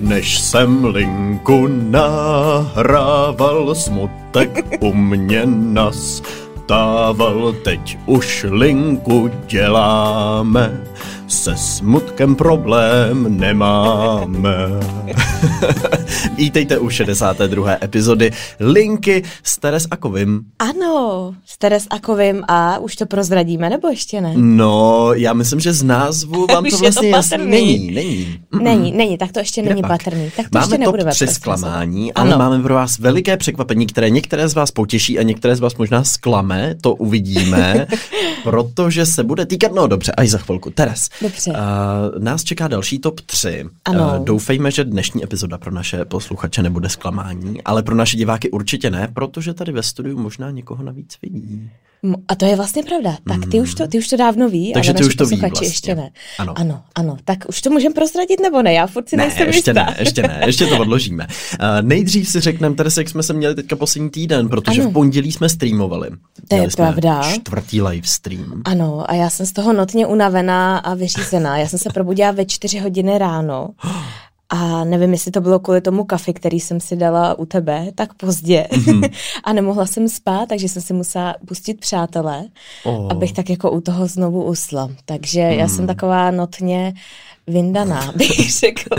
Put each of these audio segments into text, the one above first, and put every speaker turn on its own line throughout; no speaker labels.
než jsem linku nahrával, smutek u mě nastával, teď už linku děláme, se smutkem problém nemáme. Vítejte u 62. epizody Linky s Teres Akovým.
Ano, s Teres Akovým a už to prozradíme, nebo ještě ne?
No, já myslím, že z názvu vám
Už
to
je to
vlastně jasný
patrný.
není, není.
Není, není, tak to ještě
Kde
není
pak?
patrný. Tak to ještě
máme top
nebudeme
tři
prozrazovat.
zklamání, ale
Ano.
máme pro vás veliké překvapení, které některé z vás potěší a některé z vás možná zklame, to uvidíme, protože se bude týkat, no dobře, až za chvilku. Teres,
Dobře.
Uh, nás čeká další top 3.
Ano.
doufejme, že dnešní epizoda pro naše posluchače nebude zklamání, ale pro naše diváky určitě ne, protože tady ve studiu možná někoho navíc vidí.
M- A to je vlastně pravda. Tak ty už to, ty už to dávno ví,
Takže
ale
ty
naši
už to ví
posluchači
vlastně.
ještě ne.
Ano.
ano, ano. Tak už to můžeme prozradit, nebo ne? Já furt si
Ne,
nejsem
ještě
jistá.
ne, ještě ne, ještě to odložíme. Uh, nejdřív si řekneme, Teresa, jak jsme se měli teďka poslední týden, protože
Ano.
v pondělí jsme streamovali.
To je
Měli jsme
pravda.
Čtvrtý live stream.
Ano, a já jsem z toho notně unavená a vyřízená. Já jsem se probudila ve čtyři hodiny ráno a nevím, jestli to bylo kvůli tomu kafi, který jsem si dala u tebe tak pozdě a nemohla jsem spát, takže jsem si musela pustit přátelé,
Oh.
oh. abych tak jako u toho znovu usla. Takže já jsem taková notně vyndaná, bych řekla.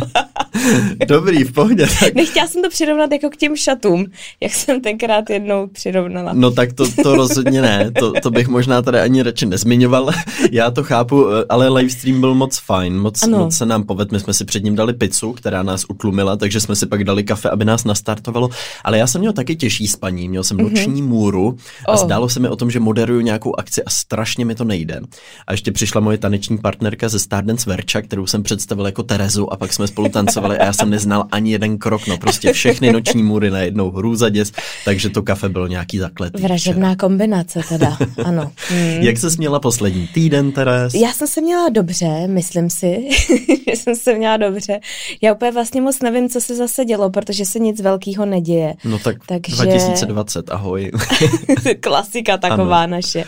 Dobrý, v pohodě. Tak.
Nechtěla jsem to přirovnat jako k těm šatům, jak jsem tenkrát jednou přirovnala.
No tak to, to rozhodně ne, to, to bych možná tady ani radši nezmiňoval, já to chápu, eh, ale livestream byl moc fajn, moc,
Ano.
moc se nám povedl, my jsme si před ním dali pizzu, která nás utlumila, takže jsme si pak dali kafe, aby nás nastartovalo, ale já jsem měl taky těžší spaní, měl jsem noční můru a
Mhm. Oh.
zdálo se mi o tom, že moderuju nějakou akci a strašně mi to nejde. A ještě přišla moje taneční partnerka ze Stardance Verča, kterou jsem představil jako Terezu a pak jsme spolu tancovali a já jsem neznal ani jeden krok, no prostě všechny noční můry najednou hrůza děs, takže to kafe bylo nějaký zakletý.
Vražebná kombinace teda, ano. Hmm.
Jak se měla poslední týden, Teres?
Já jsem se měla dobře, myslím si, že jsem se měla dobře. Já úplně vlastně moc nevím, co se zase dělo, protože se nic velkého neděje.
No tak
Takže-
2020, ahoj.
Klasika taková ano. naše.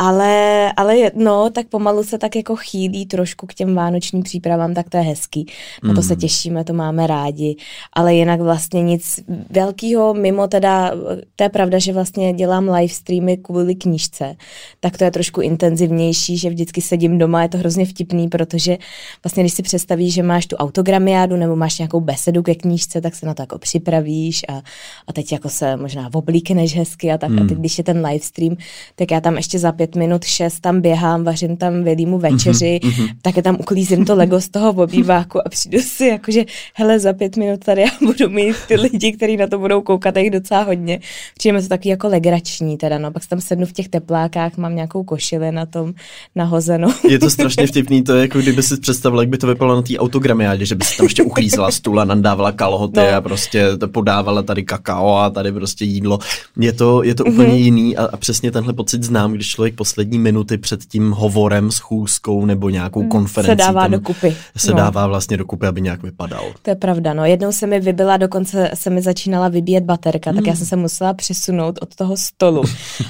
Ale, ale je- no, tak pomalu se tak jako chýlí trošku k těm vánočním přípravám, tak to je hezký. Na to se těšíme, to máme rádi. Ale jinak vlastně nic velkého, mimo teda, to je pravda, že vlastně dělám live streamy kvůli knížce, tak to je trošku intenzivnější, že vždycky sedím doma, je to hrozně vtipný, protože vlastně když si představíš, že máš tu autogramiádu nebo máš nějakou besedu ke knížce, tak se na to jako připravíš a, a teď jako se možná oblíkneš hezky a tak. A teď, když je ten live stream, tak já tam ještě za pět minut, šest tam běhám, vařím tam Vilímu večeři, také tam uklízím to Lego z toho obýváku a přijdu si jakože, hele, za pět minut tady já budu mít ty lidi, kteří na to budou koukat, a jich docela hodně. Přijde mi to taky jako legrační teda, no. Pak si tam sednu v těch teplákách, mám nějakou košili na tom nahozenou.
Je to strašně vtipný, to je jako kdyby si představila, jak by to vypadalo na té autogramiádě, že by si tam ještě uklízela stůl a nandávala kalhoty no.
No.
a prostě to podávala tady kakao a tady prostě jídlo. Je to, je to úplně
Mhm.
mm-hmm. jiný a, a přesně tenhle pocit znám, když člověk poslední minuty před tím hovorem, schůzkou nebo nějakou konferencí
Mm, se dává
tam
dokupy.
se
No.
dává vlastně dokupy, aby nějak vypadal.
To je pravda, no. Jednou se mi vybila, dokonce se mi začínala vybíjet baterka, tak
Hmm.
já jsem se musela přesunout od toho stolu.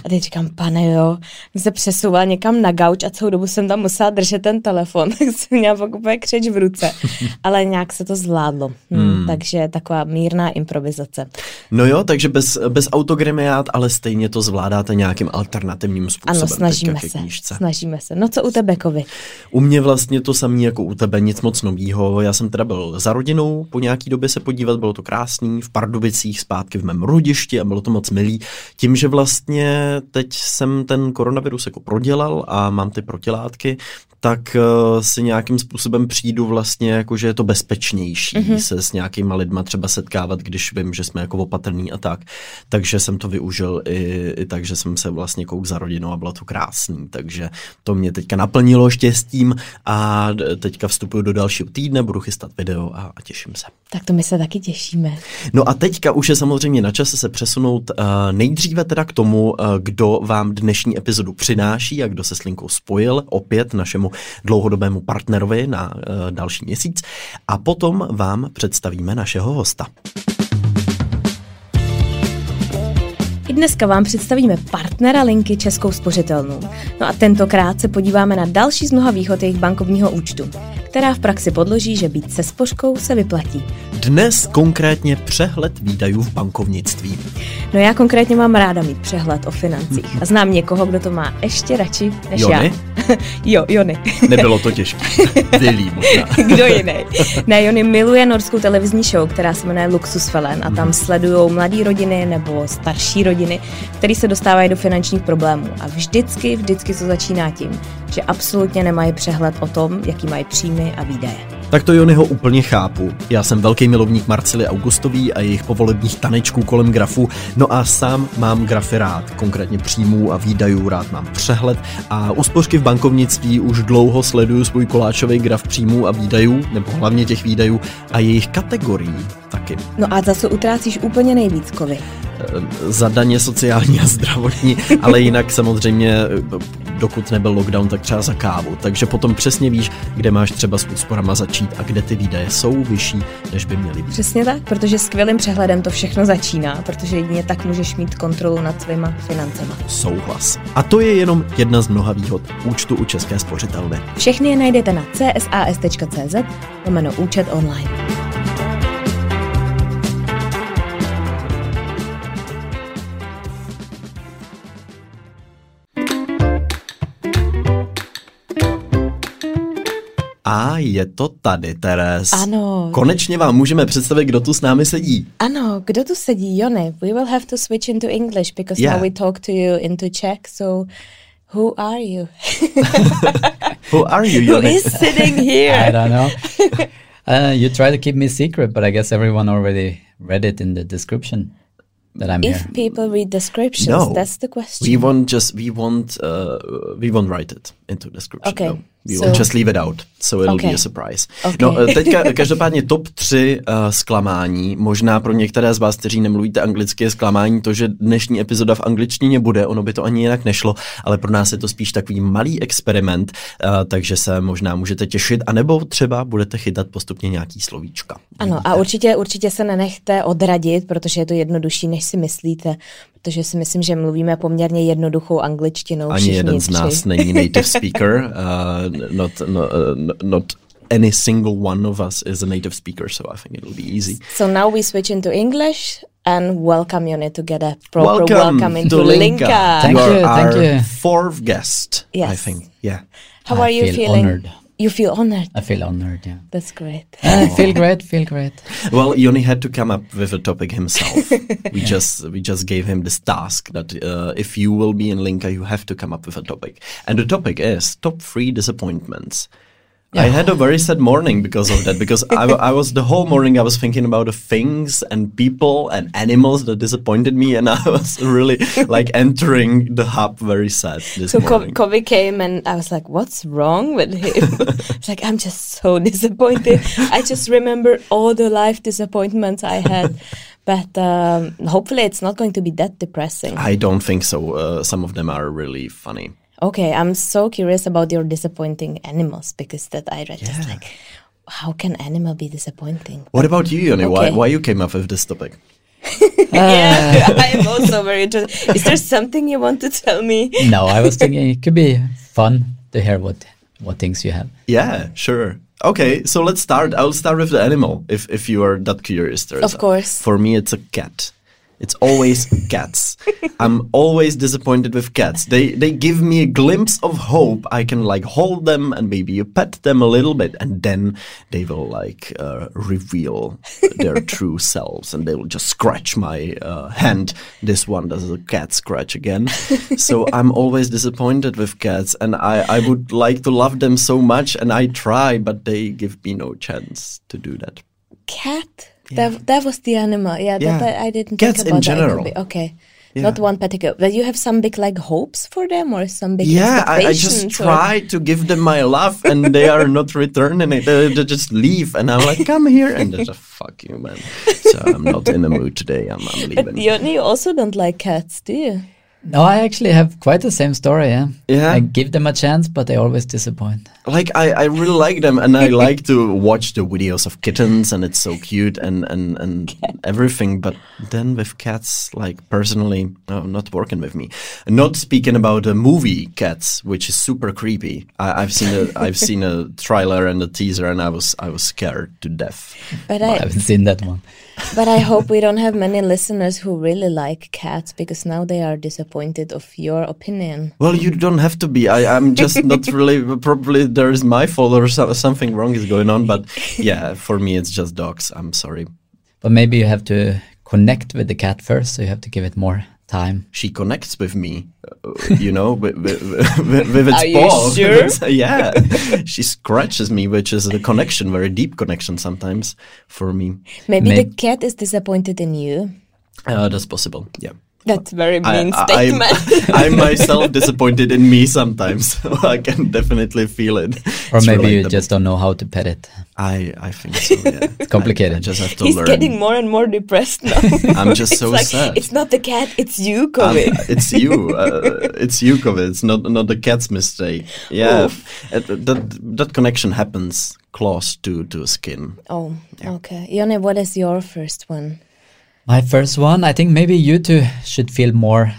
A teď říkám, pane jo, jsem se přesouvala někam na gauč a celou dobu jsem tam musela držet ten telefon, tak jsem měla pak úplně křeč v ruce. Ale nějak se to zvládlo. Hmm, Takže taková mírná improvizace.
No jo, takže bez, bez autogramiád, ale stejně to zvládáte nějakým alternativním způsobem.
Ano,
teďka
snažíme
ke
se.
knížce.
Snažíme se. No co u tebe, Kovi?
U mě vlastně to samé jako u tebe, nic moc novýho. Já jsem teda byl za rodinou, po nějaký době se podívat, bylo to krásný, v Pardubicích zpátky v mém rodišti a bylo to moc milý. Tím, že vlastně teď jsem ten koronavirus jako prodělal a mám ty protilátky, tak eh, si nějakým způsobem přijdu vlastně, jako že je to bezpečnější mm-hmm. se s nějakýma lidma třeba setkávat, když vím, že jsme jako opatrný a tak. Takže jsem to využil i, i tak, že jsem se vlastně kouk za rodinou a bylo to krásný. Takže to mě teďka naplnilo štěstím a d- teďka vstupuju do dalšího týdne, budu chystat video a, a těším se.
Tak to my se taky těšíme.
No a teďka už je samozřejmě na čase se přesunout uh, nejdříve teda k tomu, uh, kdo vám dnešní epizodu přináší a kdo se s Linkou spojil, opět našemu dlouhodobému partnerovi na uh, další měsíc. A potom vám představíme našeho hosta.
I dneska vám představíme partnera linky Českou spořitelnou. No a tentokrát se podíváme na další z mnoha výhod jejich bankovního účtu. která v praxi podloží, že být se spořkou se vyplatí.
Dnes konkrétně přehled výdajů v bankovnictví.
No já konkrétně mám ráda mít přehled o financích a znám někoho, kdo to má ještě radši než
Jony?
já. jo, Jony.
Nebylo to těžké. Vylí možná.
Kdo jiný? Ne, Jony miluje norskou televizní show, která se jmenuje Luxusfellen a tam sledují mladé rodiny nebo starší rodiny, které se dostávají do finančních problémů. A vždycky, vždycky to začíná tím, že absolutně nemají přehled o tom, jaký mají příjmy a výdaje.
Tak to Jonyho úplně chápu. Já jsem velký milovník Marcily Augustový a jejich povolebních tanečků kolem grafu, no a sám mám grafy rád, konkrétně příjmů a výdajů, rád mám přehled a úspořky v bankovnictví už dlouho sleduju svůj koláčový graf příjmů a výdajů, nebo hlavně těch výdajů a jejich kategorií taky.
No a za co utrácíš úplně nejvíc, kovy?
Eh, Za daně sociální a zdravotní, ale jinak samozřejmě eh, dokud nebyl lockdown, tak třeba za kávu. Takže potom přesně víš, kde máš třeba s úsporama začít a kde ty výdaje jsou vyšší, než by měly být.
Přesně tak, protože skvělým přehledem to všechno začíná, protože jedině tak můžeš mít kontrolu nad svýma financema.
Souhlas. A to je jenom jedna z mnoha výhod účtu u České spořitelny.
Všechny je najdete na csas.cz lomeno účet online.
A je to tady, Teres.
Ano.
Konečně vám můžeme představit, kdo tu s námi sedí.
Ano, kdo tu sedí? Jony, we will have to switch into English because
Yeah.
now we talk to you into Czech, so who are you?
Who are you,
who
Jony?
is sitting
I
here?
don't know. uh, you try to keep me secret, but I guess everyone already read it in the description that I'm
If
here.
people read descriptions,
No.
that's the
We
question.
won't just we won't uh, we won't write it into description.
Okay,
No. We
so-
will just leave it out, so it'll be
Okay.
a surprise.
Okay.
No, eh, teďka každopádně top 3 uh, zklamání. Možná pro některé z vás, kteří nemluvíte anglicky, je zklamání to, že dnešní epizoda v angličtině bude, ono by to ani jinak nešlo, ale pro nás je to spíš takový malý experiment, uh, takže se možná můžete těšit, anebo třeba budete chytat postupně nějaký slovíčka.
Ano, a určitě, určitě se nenechte odradit, protože je to jednodušší, než si myslíte, protože si myslím, že mluvíme poměrně jednoduchou angličtinou.
Ani
všichni
jeden z
tři.
nás není native speaker. Uh, not, no, uh, not any single one of us is a native speaker, so I think it'll be easy.
So now we switch into English and welcome Yoni to get a proper welcome, into
to
Linka.
Thank
you, are
you, thank
our
you.
fourth guest, I
Yes.
think. Yeah.
How
I
are you
feel
feeling?
honored.
You feel honored.
I feel honored, yeah.
That's great.
I Ah, feel great, feel great.
Well, Yoni had to come up with a topic himself. we just we just gave him this task that uh, if you will be in Linka, you have to come up with a topic, and the topic is top three disappointments. I had a very sad morning because of that. Because I, wa- I was the whole morning I was thinking about the things and people and animals that disappointed me, and I was really like entering the hub very sad this
So Ko-
morning.
Kobe came and I was like, "What's wrong with him?" It's like I'm just so disappointed. I just remember all the life disappointments I had, but um, hopefully it's not going to be that depressing.
I don't think so. Uh, some of them are really funny.
Okay, I'm so curious about your disappointing animals because that I read just like, how can animal be disappointing?
What about you, Yoni? Why,
Okay.
why you came up with this topic?
yeah, I'm also very interested. Is there something you want to tell me?
No, I was thinking it could be fun to hear what what things you have.
Yeah, sure. Okay, so let's start. I'll start with the animal if if you are that curious. Teresa.
Of course.
For me, it's a cat. It's always cats. I'm always disappointed with cats. They they give me a glimpse of hope. I can like hold them and maybe you pet them a little bit, and then they will like uh, reveal their true selves, and they will just scratch my uh, hand. This one does a cat scratch again. so I'm always disappointed with cats, and I I would like to love them so much, and I try, but they give me no chance to do that.
Cat. That, that was the animal. Yeah, That,
Yeah.
I, I didn't
Cats
think
in
about that. It could
general.
be- Okay. Not one particular. But you have some big like hopes for them or some big
Yeah, I, I just
expectations or-
try to give them my love, and they are not returning it. They, they just leave, and I'm like, "Come here," and they just "Fuck you, man." So I'm not in the mood today. I'm, I'm
But
leaving.
you, you also don't like cats, do you?
No, I actually have quite the same story. Yeah.
Yeah?
I give them a chance, but they always disappoint.
Like I, I really like them, and I like to watch the videos of kittens, and it's so cute, and and and everything. But then with cats, like personally, no, not working with me. Not speaking about the movie Cats, which is super creepy. I, I've seen a I've seen a trailer and a teaser, and I was I was scared to death.
But
I
I,
haven't seen that one.
but I hope we don't have many listeners who really like cats because now they are disappointed of your opinion.
Well, you don't have to be. I, I'm just not really. Probably there is my fault or so, something wrong is going on. But yeah, for me, it's just dogs. I'm sorry.
But maybe you have to connect with the cat first, so you have to give it more time.
she connects with me, uh, you know, with, with, with, with its
Are you
paw. With
sure?
its- uh, yeah, she scratches me, which is a connection, very deep connection sometimes for me.
Maybe
May-
the cat is disappointed in you.
Uh, that's possible. Yeah,
That's very
I,
mean
I, I'm,
statement.
I'm myself disappointed in me sometimes. So I can definitely feel it.
Or
It's
maybe you
relatable.
just don't know how to pet it.
I I think so. Yeah, it's
complicated.
I, just have to
He's
learn.
getting more and more depressed now.
I'm just so
it's like,
sad.
It's not the cat, it's you,
Um,
COVID.
it's you. Uh, it's you, Kovic. It's not not the cat's mistake. Yeah, It- that that connection happens close to to skin.
oh, okay. Jone, what is your first one?
My first one, I think maybe you two should feel more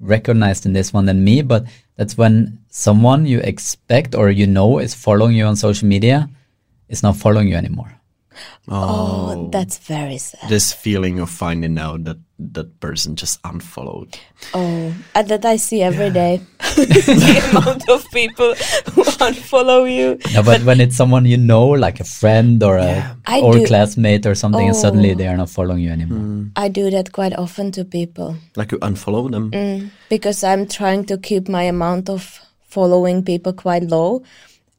recognized in this one than me, but that's when someone you expect or you know is following you on social media is not following you anymore.
Oh, that's very sad.
This feeling of finding out that that person just unfollowed.
Oh, uh, that I see every day. the amount of people who unfollow you.
No, but when it's someone you know, like a friend or a
I
old
do-
classmate or something, and suddenly
Oh.
they are not following you anymore.
I do that quite often to people
Like you unfollow them.
Mm. because I'm trying to keep my amount of following people quite low.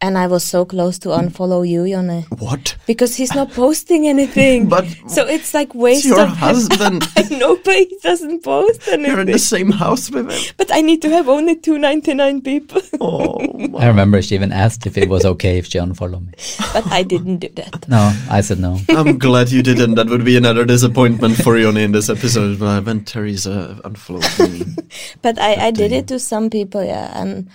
And I was so close to unfollow you, Jone.
What?
Because he's not posting anything.
But
so it's like
It's
waste
your
of
husband.
I know, but he doesn't post
You're in
anything.
the same house with him.
But I need to have only 299 people.
Oh, my.
I remember she even asked if it was okay if she unfollowed me.
but I didn't do that.
No, I said no.
I'm glad you didn't. That would be another disappointment for Yoni in this episode. But when Teresa unfollowed me.
But I, I did it to some people, yeah. And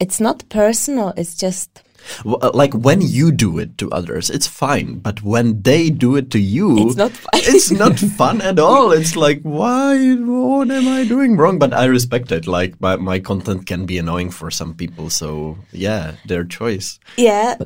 it's not personal, it's just
W- uh, like when you do it to others, it's fine. But when they do it to you,
It's not fun.
it's not fun at all. It's like, why? What am I doing wrong? But I respect it. Like my, my content can be annoying for some people. So yeah, their choice.
Yeah,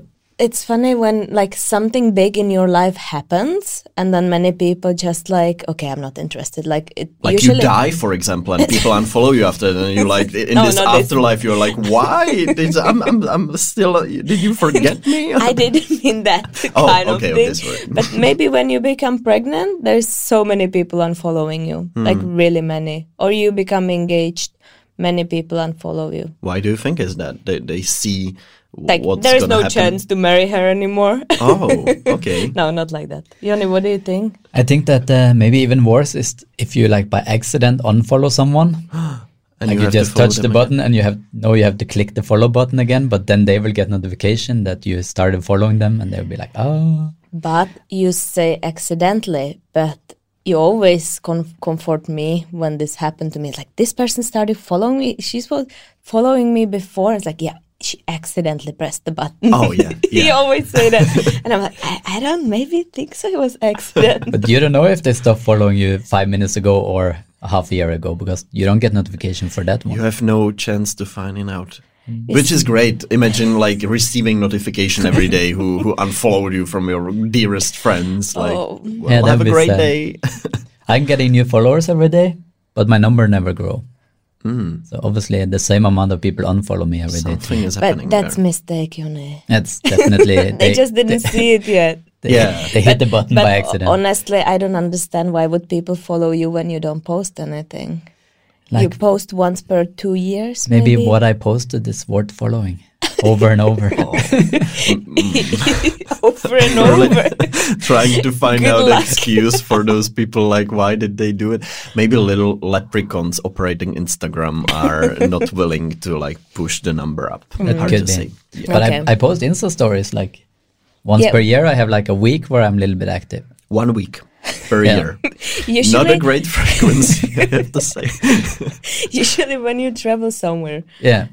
it's funny when like something big in your life happens, and then many people just like, okay, I'm not interested. Like it
Like
usually.
you die, for example, and people unfollow you after. And you like in
No,
this
not this.
afterlife, you're like, why? This- I'm, I'm, I'm still. uh, Did you forget me?
I didn't mean that
Oh,
kind
okay, of
of thing.
this word.
but maybe when you become pregnant, there's so many people unfollowing you,
Hmm.
like really many. Or you become engaged, many people unfollow you.
Why do you think is that? They, they see
Like
what's
there is
gonna
no
happen.
chance to marry her anymore.
Oh, okay.
no, not like that. Yoni, what do you think?
I think that uh, maybe even worse is if you like by accident unfollow someone,
And
like you,
have to
just
follow
touch the
them again.
button and you have no, you have to click the follow button again, but then they will get notification that you started following them, and they'll be like, oh,
But you say accidentally, but you always con- comfort me when this happened to me. It's like this person started following me. She's was following me before. It's like yeah, she accidentally pressed the button.
Oh, yeah,
you
yeah.
always say that, and I'm like, I, I don't maybe think so. It was accident.
but you don't know if they stopped following you five minutes ago or a half a year ago because you don't get notification for that one.
You have no chance to finding out.
Mm.
Which is great. Imagine like receiving notification every day who who unfollowed you from your dearest friends. Like,
Oh.
well,
Yeah,
have
that'd
a
be
great
sad.
day.
I'm getting new followers every day, but my number never grow. So obviously, the same amount of people unfollow me every day.
Something is happening.
but that's
there.
mistake, you know.
That's definitely
They, just didn't see it yet.
They,
Yeah.
they hit the button
But
by accident.
honestly, I don't understand why would people follow you when you don't post anything. you
like
post once per two years,
maybe,
maybe.
what I posted is worth following over and over.
over and over.
Trying to find
Good
out
luck.
excuse for those people. Like, why did they do it? Maybe little leprechauns operating Instagram are not willing to like push the number up.
That
Hard
could
to say.
be. But
Okay.
I, I post Insta stories like once
Yeah.
per year. I have like a week where I'm a little bit active.
One week. per
Yeah.
year. Not
Usually,
a great frequency, I have to say.
usually when you travel somewhere
Yeah,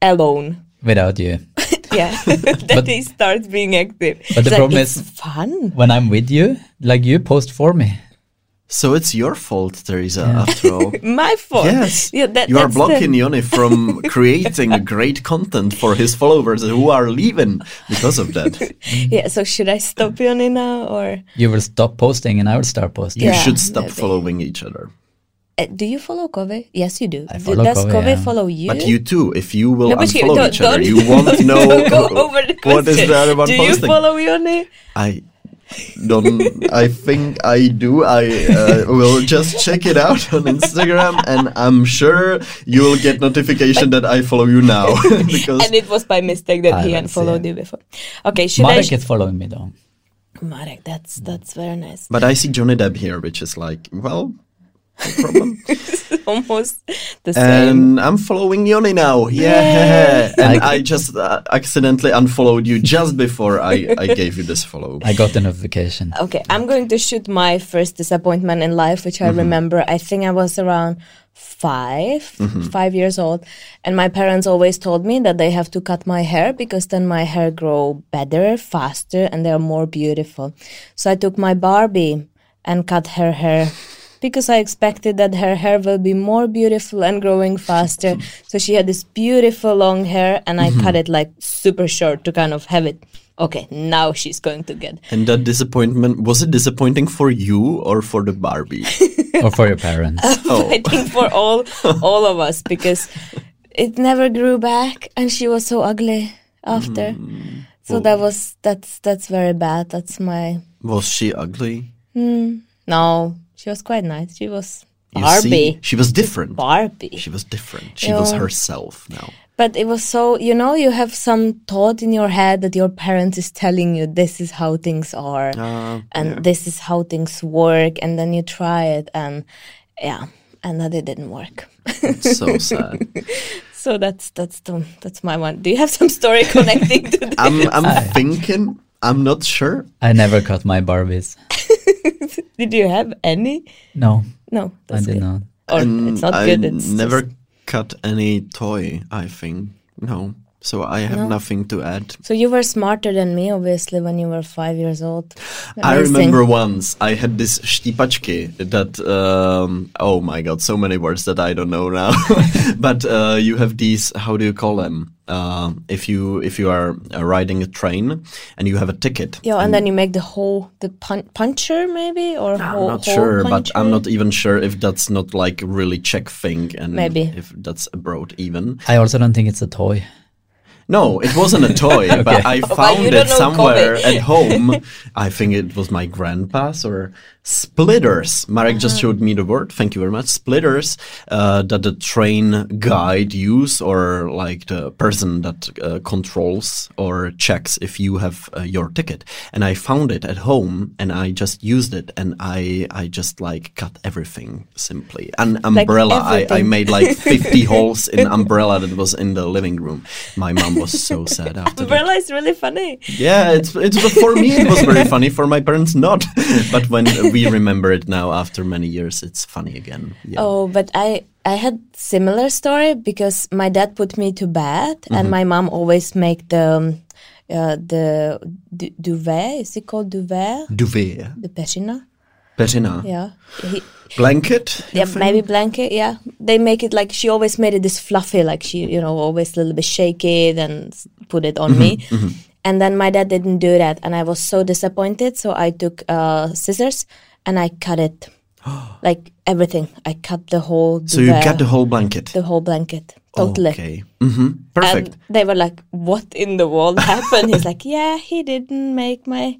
alone,
without you.
yeah, that
But-
they start being active.
But the
It's like,
problem
it's
is-
fun.
When I'm with you, like you post for me.
So it's your fault, Teresa, after all.
My fault.
Yes.
Yeah, that,
you are
that's the-
blocking Yoni from creating great content for his followers who are leaving because of that.
Yeah, so should I stop Yoni now or
You will stop posting and I will start posting.
You
Yeah,
should stop
maybe.
following each other.
uh, do you follow Kove? Yes, you do.
I
Do-
follow
Does
Kove,
Kove,
yeah.
follow you?
But you too, if you will
No, but you-
unfollow
don't-
each other,
don't-
you won't know
go
who-
over the question.
what is the other one
do
posting.
you follow Yoni?
I don't. I think I do. I uh, will just check it out on Instagram, and I'm sure you will get notification that I follow you now because
And it was by mistake that
I
he
don't see
unfollowed
it.
you before. Okay, should I?
Marek is following me though.
Marek, that's that's very nice.
But I see Johnny Depp here, which is like, well, no problem.
Almost
Um,
the same.
and I'm following Yoni now. Yeah. And I just uh, accidentally unfollowed you just before I, I gave you this follow.
I got the notification.
Okay, I'm going to shoot my first disappointment in life, which I remember. I think I was around 5 five years old, and my parents always told me that they have to cut my hair because then my hair grow better, faster, and they are more beautiful. So I took my Barbie and cut her hair because I expected that her hair will be more beautiful and growing faster. so she had this beautiful long hair, and I cut it like super short to kind of have it. Okay, now she's going to get
And that disappointment was it disappointing for you or for the Barbie?
or for your parents.
Oh,
I think for all all of us because it never grew back and she was so ugly after.
Mm.
So that was that's that's very bad. That's my
was she ugly?
no. She was quite nice. She was
You
Barbie.
see, she was different.
Barbie.
She was different. She was
Yeah.
herself now.
But it was so you know you have some thought in your head that your parents is telling you this is how things are
Uh,
and this is how things work and then you try it and yeah and that it didn't work.
it's so sad.
So that's that's the, that's my one. Do you have some story connecting to this?
I'm I'm thinking. I'm not sure.
I never cut my Barbies.
Did you have any?
No,
No,
I
that's
did
good.
not.
Or
And
it's not
Mm, I
good. It's
never
just-
cut any toy. I think no. So I have nothing to add.
So you were smarter than me, obviously, when you were five years old.
I
Amazing.
remember once I had this štipačky that um, oh my god, so many words that I don't know now. but uh, you have these. How do you call them? Uh, if you if you are uh, riding a train and you have a ticket.
Yeah, and then you make the hole, the pun- puncher maybe, or
I'm
hole,
not
hole
sure, but I'm
puncher?
not even sure if that's not like a really Czech thing and
Maybe.
if that's abroad even.
I also don't think it's a toy.
No, it wasn't a toy, but I found
you
it
don't know
somewhere
Kobe.
at home. I think it was my grandpa's or splitters. Marek
Ah.
just showed me the word. Thank you very much. Splitters uh, that the train guide use, or like the person that uh, controls or checks if you have uh, your ticket. And I found it at home, and I just used it, and I I just like cut everything simply. An umbrella. I, I
everything.
made like 50 holes in umbrella that was in the living room. My mom was so sad after that.
Umbrella is really funny.
Yeah, it's, it's for me it was very funny, for my parents not. but when we remember it now after many years, it's funny again. Yeah.
Oh, but I I had similar story because my dad put me to bed, and
Mm-hmm.
my mom always make the um, uh, the du- duvet. Is it called duvet?
Duvet,
The pechina.
Bettina,
Yeah. He-
blanket. you
yeah,
think?
maybe blanket. Yeah, they make it like she always made it this fluffy, like she, you know, always a little bit shake it and s- put it on me.
Mm-hmm,
And then my dad didn't do that, and I was so disappointed. So I took uh, scissors and I cut it, like everything. I cut the whole
So you
duvet,
got the whole blanket.
the whole blanket totally.
Okay. hmm Perfect.
And they were like, "What in the world happened?" He's like, "Yeah, he didn't make my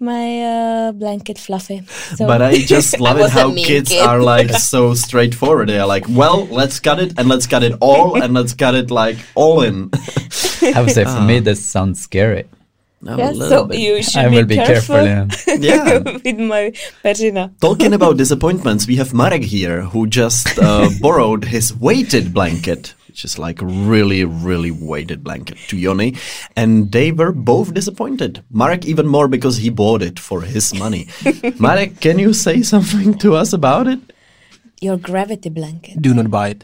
my uh, blanket fluffy." So
but I just love it
was a
how
mean
kids
kid.
are like so straightforward. They are like, well, let's cut it and let's cut it all and let's cut it like all in.
I would say for me this sounds scary.
A
yeah,
little
so
bit.
you Ah. should
I will
be
be careful. yeah.
Yeah.
with my Bettina.
Talking about disappointments, we have Marek here who just uh, borrowed his weighted blanket. which is like really, really weighted blanket to Yoni. And they were both disappointed. Marek even more because he bought it for his money. Marek, can you say something to us about it?
Your gravity blanket.
Do not buy it.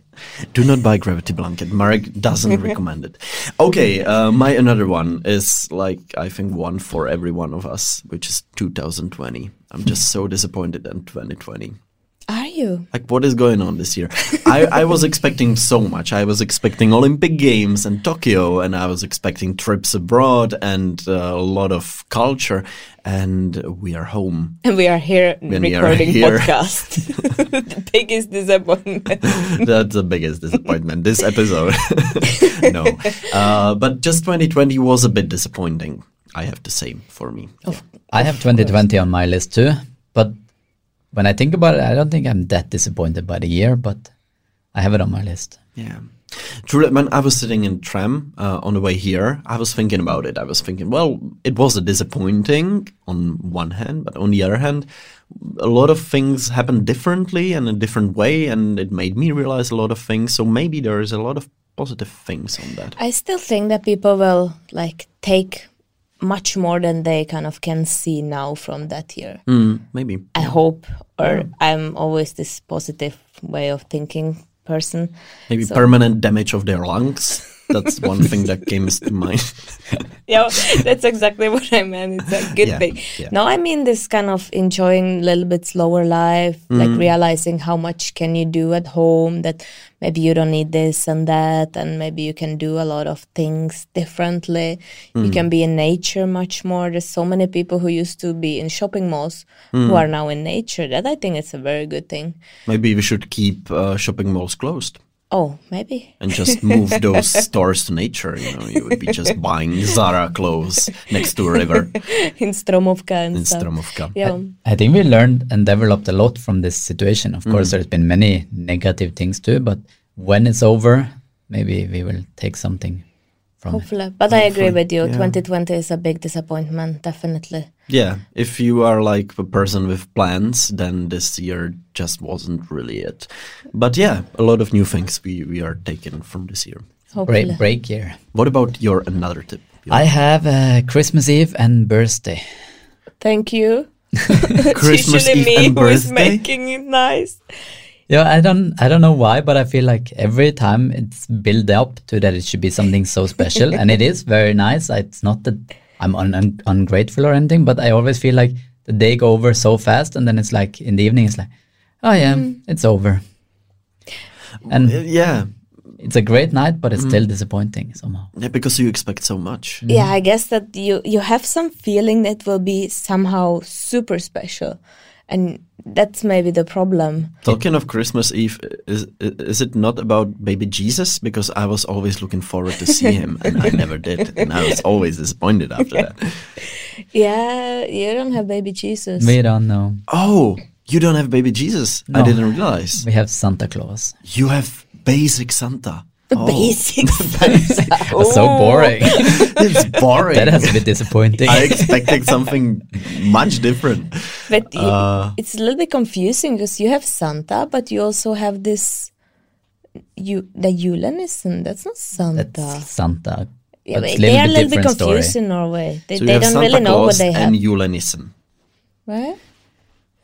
Do not buy Gravity Blanket. Marek doesn't recommend it. Okay, uh, my another one is like, I think one for every one of us, which is 2020. I'm just so disappointed in 2020
Are you?
like what is going on this year I, I was expecting so much i was expecting olympic games and tokyo and i was expecting trips abroad and uh, a lot of culture and we are home
And we are here
we are
recording
here.
podcast. the biggest disappointment.
that's the biggest disappointment this episode no uh, but just 2020 was a bit disappointing i have to say for me
I have 2020 on my list too, but when I think about it, I don't think I'm that disappointed by the year, but I have it on my list.
Yeah. Truly, when I was sitting in tram uh, on the way here, I was thinking about it. I was thinking, well, it was a disappointing on one hand, but on the other hand, a lot of things happened differently and in a different way, and it made me realize a lot of things. So maybe there is a lot of positive things on that.
I still think that people will like take much more than they kind of can see now from that year.
Hmm. Maybe.
I hope, or I'm always this positive way of thinking person.
Maybe permanent damage of their lungs. That's one thing that came to mind.
yeah, that's exactly what I meant. It's a good
Yeah,
thing.
yeah.
No, I mean this kind of enjoying a little bit slower life,
Mm.
like realizing how much can you do at home that maybe you don't need this and that, and maybe you can do a lot of things differently.
Mm.
You can be in nature much more. There's so many people who used to be in shopping malls who
Mm.
are now in nature. That I think is a very good thing.
Maybe we should keep uh, shopping malls closed.
Oh, maybe.
and just move those stores to nature. You know, you would be just buying Zara clothes next to a river
in Stromovka and
in
stuff.
Stromovka.
Yeah.
I think we learned and developed a lot from this situation. Of course, there's been many negative things too, but when it's over, maybe we will take something from it.
Hopefully, but I agree with you. 2020 is a big disappointment, definitely.
Yeah, if you are like a person with plans, then this year just wasn't really it. But yeah, a lot of new things we, we are taking from this year.
Hopefully.
Break, break year.
What about your another tip?
I have uh, Christmas Eve and birthday.
Thank you.
Christmas
Usually
Eve
me
and
who is
birthday? Mm.
making it nice.
Yeah, I don't, I don't know why, but I feel like every time it's built up to that it should be something so special, and it is very nice. It's not that I'm un- un- ungrateful or anything, but I always feel like the day go over so fast, and then it's like in the evening, it's like, oh yeah,
Mm-hmm.
it's over, and
Uh, yeah,
it's a great night, but it's still disappointing somehow.
yeah, because you expect so much.
Yeah, I guess that you you have some feeling that will be somehow super special, and that's maybe the problem.
Talking of Christmas Eve, is is it not about baby Jesus? Because I was always looking forward to see him, and I never did, and I was always disappointed after that.
Yeah, you don't have baby Jesus.
We don't know.
Oh, you don't have baby Jesus. I
No.
didn't realize.
We have Santa Claus.
You have basic Santa. Oh,
Basics.
That's so
Oh.
boring.
it's boring.
that has been disappointing.
I expected something much different.
But you-
Uh.
it's a little bit confusing because you have Santa, but you also have this. You the Julen isn't that's not Santa.
That's Santa.
Yeah,
That's
but
a
they
little
are a
bit
little bit
different story.
confused in Norway. They,
So you
they
have
don't
Santa
really know
Claus
what they have.
and Julenism.
Right?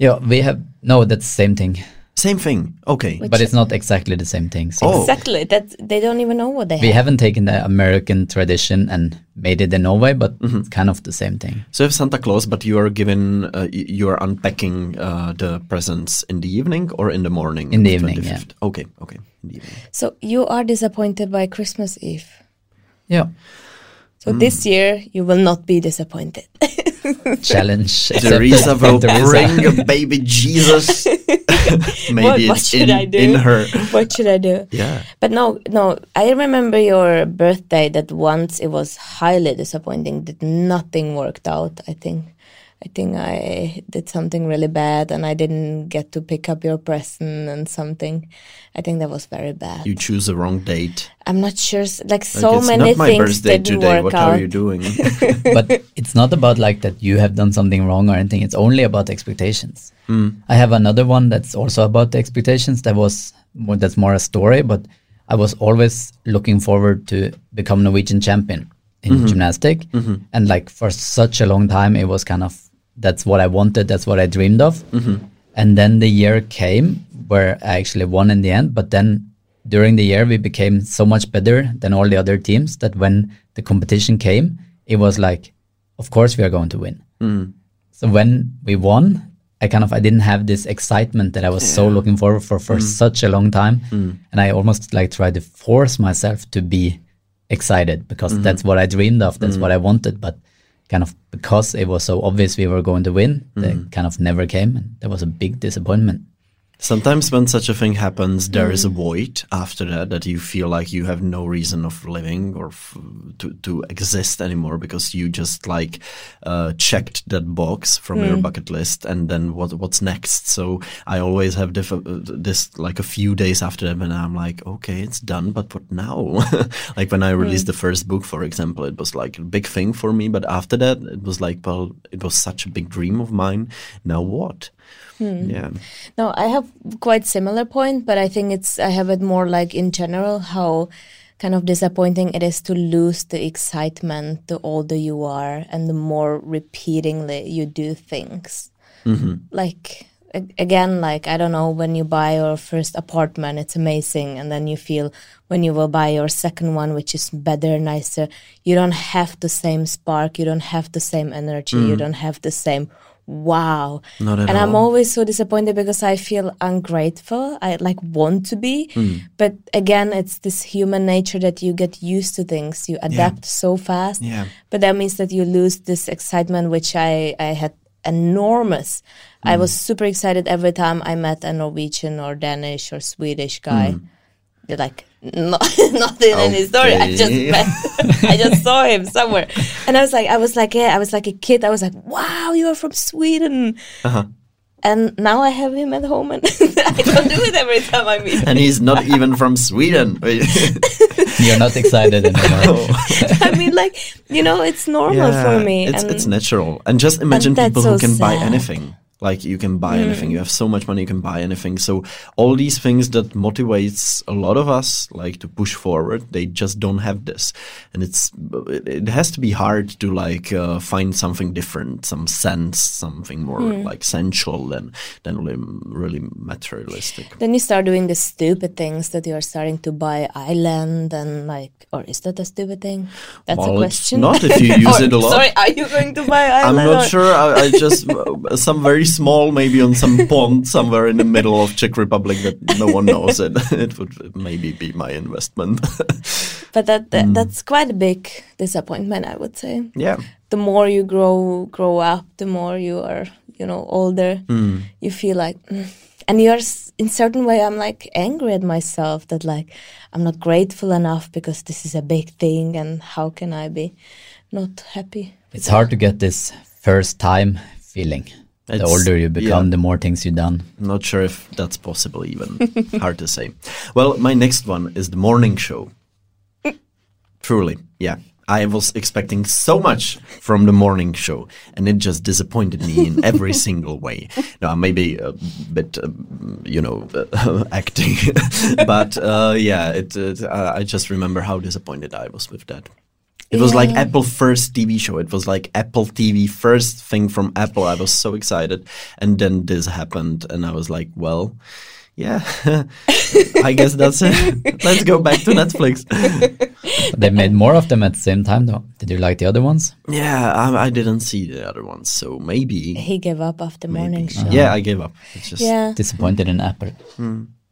Yeah, we have no. That's the same thing,
Same thing. Okay.
but it's not exactly the same thing. So
Oh.
Exactly. That they don't even know what they
we
have.
haven't taken the American tradition and made it in Norway, but
Mm-hmm.
it's kind of the same thing.
So you have Santa Claus, but you are given, uh, y- you are unpacking uh, the presents in the evening or in the morning?
In
of
the evening, yeah.
25th? Okay, okay. In the evening.
So you are disappointed by Christmas Eve.
Yeah,
So this year you will not be disappointed.
challenge. accepted
Teresa
from
will
Teresa.
bring a baby Jesus. Maybe
What- what
it's
should
in,
I do?
in her.
what should I do?
Yeah.
But no, no. I remember your birthday that once it was highly disappointing. That nothing worked out. I think, I think I did something really bad, and I didn't get to pick up your present and something. I think that was very bad.
You choose the wrong date.
I'm not sure. s- Like
Like,
so
it's
many
not my
things
birthday
didn't
today.
work
What
out.
are you doing?
but it's not about like that you have done something wrong or anything. It's only about expectations. I have another one that's also about the expectations. That was more, that's more a story, but I was always looking forward to become Norwegian champion in gymnastic, and like for such a long time, it was kind of that's what I wanted, that's what I dreamed of. And then the year came where I actually won in the end, but then during the year we became so much better than all the other teams that when the competition came, it was like, of course we are going to win. So when we won, I kind of I didn't have this excitement that I was so looking forward for for such a long time, and I almost like tried to force myself to be excited because that's what I dreamed of, that's what I wanted, but kind of because it was so obvious we were going to win, they kind of never came, and that was a big disappointment.
Sometimes when such a thing happens, there is a
Mm.
void after that that you feel like you have no reason of living or f- to to exist anymore because you just like uh, checked that box from your
Mm.
bucket list and then what what's next. So I always have diff- uh, this like a few days after that when I'm like, okay, it's done, but what now? like when I released
Mm.
the first book, for example, it was like a big thing for me, but after that it was like, well, it was such a big dream of mine. Now what?
Hmm.
Yeah.
No, I have quite similar point, but I think it's I have it more like in general how kind of disappointing it is to lose the excitement the older you are and the more repeatingly you do things. Like a- again, like I don't know when you buy your first apartment, it's amazing, and then you feel when you will buy your second one, which is better, nicer, you don't have the same spark, you don't have the same energy, you don't have the same wow
Not at
and i'm
all.
always so disappointed because I feel ungrateful. I like want to be,
Hmm.
but again, it's this human nature that you get used to things. You adapt so fast,
Yeah.
but that means that you lose this excitement, which I I had enormous.
Hmm.
I was super excited every time I met a Norwegian or Danish or Swedish
Hmm.
guy. They're Like no, nothing in his story. I just
Okay.
met, I just saw him somewhere, and I was like, I was like, yeah, I was like a kid. I was like, wow, you are from Sweden
Uh-huh.
and now I have him at home, and I don't do it every time I meet. him.
and he's not even from Sweden.
You're not excited anymore.
I mean, like you know, it's normal for me.
It's,
and
it's natural. And just imagine
that's
people who
so
can buy
sad. Mm.
anything. Like you can buy anything. You have so much money, you can buy anything. So all these things that motivates a lot of us, like to push forward, they just don't have this. And it's it it has to be hard to like uh, find something different, some sense, something more
Hmm.
like sensual than than really, really materialistic.
then you start doing the stupid things that you are starting to buy island and like, or is that a stupid thing? That's
Well,
a
it's
question.
not if you use
Or,
it a lot.
Sorry, are you going to buy
I'm
island?
not
or-
sure. I, I just some very small, maybe on some pond somewhere in the middle of Czech Republic that no one knows it. It would maybe be my investment.
But that, that that's quite a big disappointment, I would say.
yeah,
the more you grow grow up, the more you are you know older. You feel like, mm. and you're s- in certain way. I'm like angry at myself that like I'm not grateful enough because this is a big thing, and how can I be not happy?
it's hard to get this first time feeling. the
It's-
older you become,
yeah.
the more things you've done.
I'm not sure if that's possible. Even hard to say. Well, my next one is the morning show. Truly, yeah. I was expecting so much from the morning show, and it just disappointed me in every single way. Now, maybe a bit, uh, you know, acting, but uh, yeah, it, it, I I just remember how disappointed I was with that. It was like Apple first TV show. It was like Apple TV first thing from Apple. I was so excited, and then this happened, and I was like, well, yeah, I guess that's it. Let's go back to Netflix.
But they made more of them at the same time, though. Did you like the other ones?
Yeah, I, I didn't see the other ones, so maybe.
He gave up after morning show.
Yeah, I gave up. It's just
Yeah,
Disappointed in Apple.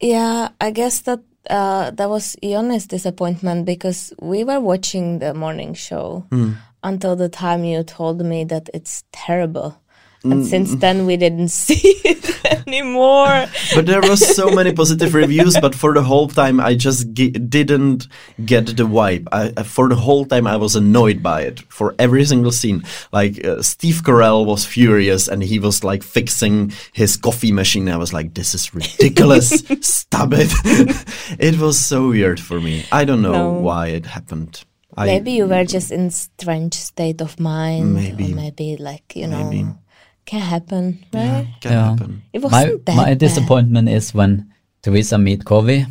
yeah. I guess that uh, that was Ione's disappointment because we were watching the morning show until the time you told me that it's terrible. And since then, we didn't see it anymore.
But there were so many positive reviews, but for the whole time, I just ge- didn't get the vibe. I, I- for the whole time, I was annoyed by it for every single scene. Like uh, Steve Carell was furious and he was like fixing his coffee machine. I was like, this is ridiculous. Stop it. it was so weird for me. I don't know
No.
why it happened. I,
maybe you were just in strange state of mind.
Maybe.
Or maybe like, you know,
Maybe.
can happen, right?
Can happen.
It
my
wasn't that
my
bad.
disappointment is when Teresa meet Covey.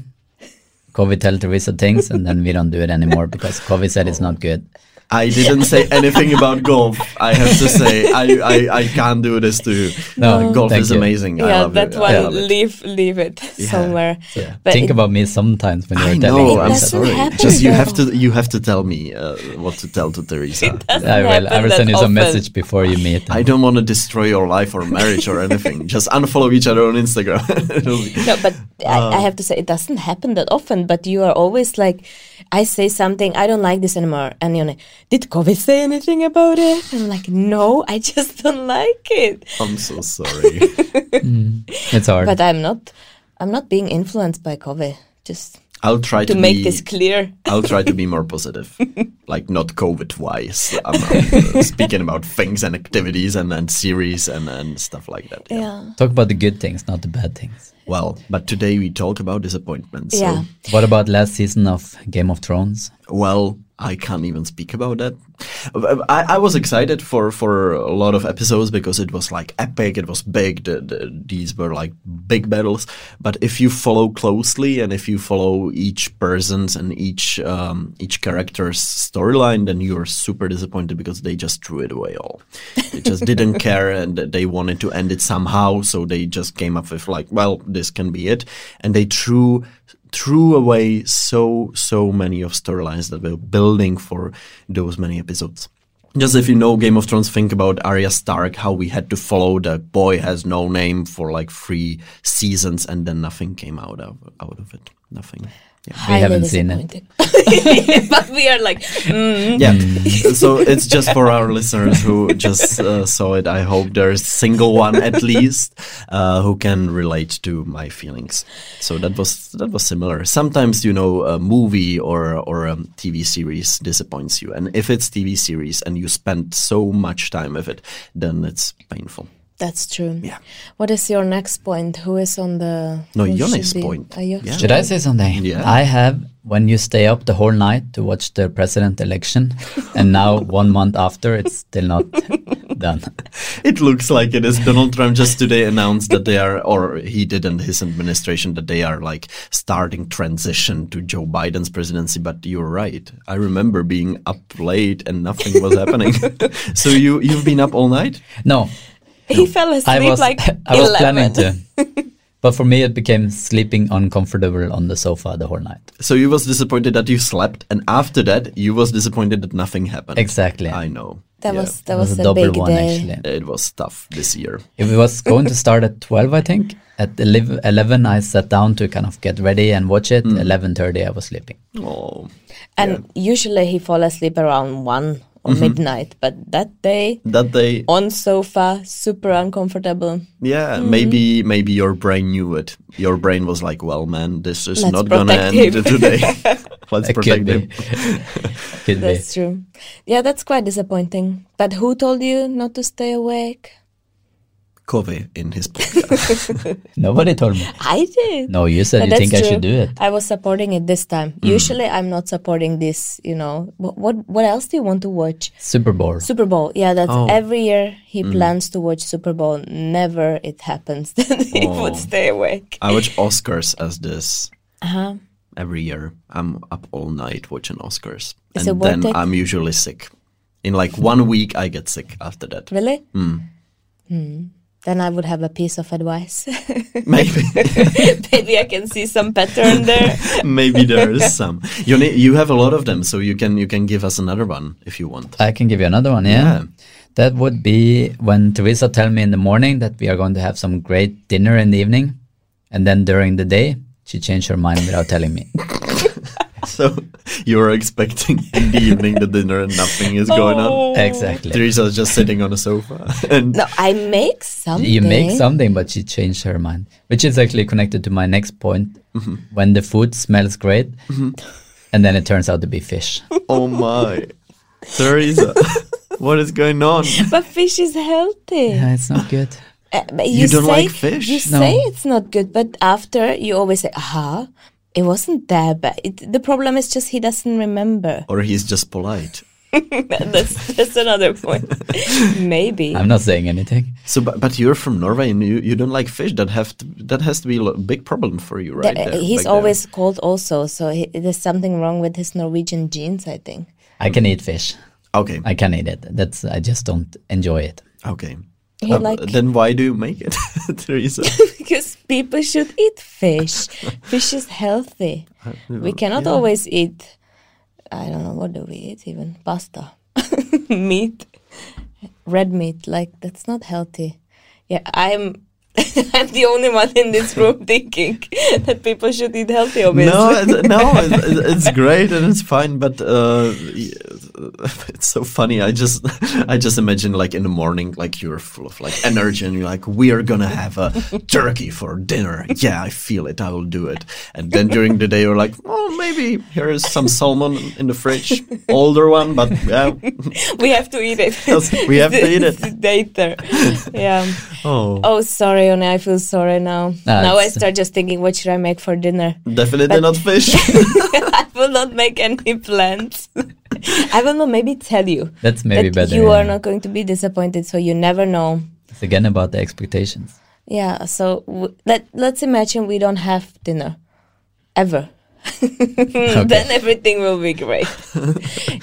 Kovi tell Teresa things and then we don't do it anymore because Kovi said it's not good.
I didn't say anything about golf. I have to say, I, I, I can't do this to you.
No,
golf
thank
is
you.
amazing. I
yeah,
love
that
it.
one,
I love it.
leave leave it somewhere.
Yeah.
But it-
Think about me sometimes when you're
I
telling
know.
me
I'm
that.
doesn't
sorry.
happen
Just you
though.
have to you have to tell me uh, what to tell to Teresa.
I will. I
happen
will
that
send you
often.
some message before you meet.
I don't want to destroy your life or marriage or anything. Just unfollow each other on Instagram. It'll be-
No, but I,
Um,
I have to say it doesn't happen that often. But you are always like, I say something, I don't like this anymore, and you're like, did Kobe say anything about it? And I'm like, no, I just don't like it.
I'm so sorry.
It's hard.
But uh, I'm not, I'm not being influenced by Kobe. Just
I'll try to,
to make
be,
this clear.
I'll try to be more positive, like not COVID wise. I'm, I'm, uh, speaking about things and activities and, and series and, and stuff like that. Yeah.
Yeah.
Talk about the good things, not the bad things.
Well, but today we talk about disappointments. so-
Yeah.
What about last season of Game of Thrones?
well, I can't even speak about that. I, I was excited for, for a lot of episodes because it was like epic, it was big, the, the, these were like big battles. But if you follow closely and if you follow each person's and each um, each character's storyline, then you're super disappointed because they just threw it away all. They just didn't care and they wanted to end it somehow, so they just came up with like, well, this can be it, and they threw threw away so so many of storylines that were building for those many episodes. Just if you know Game of Thrones, think about Arya Stark, how we had to follow the boy has no name for like three seasons, and then nothing came out of out of it. Nothing. Yeah.
Highly
haven't seen it.
disappointed. but we are like, mm,
Yeah. Mm-hmm. so it's just for our listeners who just uh, saw it. I hope there's single one at least uh, who can relate to my feelings. So that was that was similar. Sometimes you know a movie or or a TV series disappoints you, and if it's TV series and you spend so much time with it, then it's painful.
that's true.
Yeah.
What is your next point? Who is on the?
No,
who
your
should
next
be-
point.
Are you?
Yeah.
Should I say something?
Yeah.
I have when you stay up the whole night to watch the president election, and now one month after, it's still not done.
It looks like it is. Donald Trump just today announced that they are, or he did in his administration, that they are like starting transition to Joe Biden's presidency. But you're right. I remember being up late and nothing was happening. so you you've been up all night.
No,
He fell asleep
I was
like
I was
11.
planning to, but for me it became sleeping uncomfortable on the sofa the whole night.
So you was disappointed that you slept, and after that you was disappointed that nothing happened.
Exactly.
I know.
That
Yeah.
was that
It
was, a, big day.
It was tough this year.
It was going to start at 12, I think. At 11, 11, I sat down to kind of get ready and watch it. 11.30, I was sleeping.
Oh,
And usually he fall asleep around one or
Mm-hmm.
midnight, but that day
that day.
on sofa, super uncomfortable.
Yeah,
Mm-hmm.
maybe maybe your brain knew it. Your brain was like, "Well, man, this is
Let's
not gonna
protect
end
him."
today. Let's
It could
protect
be.
him."
could be.
That's true. Yeah, that's quite disappointing. But who told you not to stay awake?
Covey in his podcast.
Nobody told me.
I did.
No, you said
But
you
that's
think I should
true.
do it. Mm.
I was supporting it this time. Usually, I'm not supporting this. You know, what, what what else do you want to watch?
Super Bowl.
Super Bowl. Yeah, that's
Oh.
every year he
Mm.
plans to watch Super Bowl. Never it happens that he
Oh.
would stay awake.
I watch Oscars as this
Uh-huh.
every year. I'm up all night watching Oscars,
Is it
and
worth
then
it?
I'm usually sick. In like one week, I get sick after that.
Really? Hmm. Then I would have a piece of advice.
Maybe,
Maybe I can see some pattern there.
maybe there is some. You ne- you have a lot of them, so you can you can give us another one if you want.
I can give you another one, yeah?
Yeah.
That would be when Teresa tell me in the morning that we are going to have some great dinner in the evening. And then during the day, she changed her mind without telling me.
So you're expecting in the evening the dinner and nothing is going on.
Oh.
exactly.
Teresa's just sitting on a sofa and
No, I make something.
You make something, but she changed her mind, which is actually connected to my next point. When the food smells great, and then it turns out to be fish.
Oh my. Teresa, what is going on?
But fish is healthy.
yeah, it's not good.
Uh, but
You don't
say,
like fish?
You
No.
say it's not good, but after you always say, aha, it wasn't that bad. It, the problem is just he doesn't remember.
Or he's just polite.
that's, that's another point. Maybe.
I'm not saying anything.
So, but, but you're from Norway and you, you don't like fish. That have to, that has to be a lo- big problem for you, right?
Th-
there,
uh,
back
he's
there.
always cold also, so he, there's something wrong with his Norwegian genes, I think.
I can eat fish.
okay.
I can eat it. That's I just don't enjoy it.
okay.
He
Um,
like
Then why do you make it, Teresa?
because people should eat fish. fish is healthy. We cannot
yeah.
always eat. I don't know what do we eat even pasta, meat, red meat. Like that's not healthy. Yeah, I'm. I'm the only one in this room thinking that people should eat healthy. Obviously,
No, it, no, it, it- it's great and it's fine, but uh, y- it's so funny. I just, I just imagine like in the morning, like you're full of like energy and you're like, we are gonna have a turkey for dinner. Yeah, I feel it. I will do it. And then during the day, you're like, oh, maybe here is some salmon in the fridge, older one, but yeah.
we have to eat it.
Yes, we have to eat it.
later. Yeah.
Oh,
Oh, sorry, One. I feel sorry now.
No,
now I
it's-
start just thinking, what should I make for dinner?
definitely not fish.
I will not make any plans. I will not maybe tell you.
That's maybe
that
better.
You are
yeah.
not going to be disappointed, so you never know.
It's again about the expectations.
Yeah. So w- let let's imagine we don't have dinner, ever. Then everything will be great.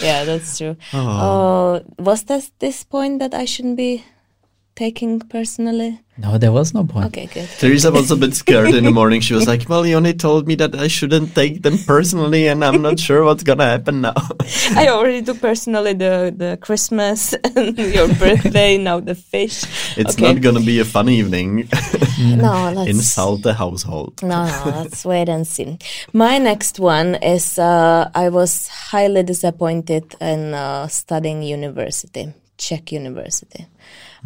yeah, that's true. Oh, was that this point that I shouldn't be taking personally?
No, there was no point.
Okay, good.
Teresa was a bit scared in the morning. She was like, "Well, Yoni told me that I shouldn't take them personally, and I'm not sure what's gonna happen now."
I already took personally the, the Christmas and your birthday, now the fish.
It's
Okay.
not gonna be a fun evening
No, let's
in Salte household.
No, no, let's wait and see. My next one is uh, I was highly disappointed in uh, studying university, Czech university.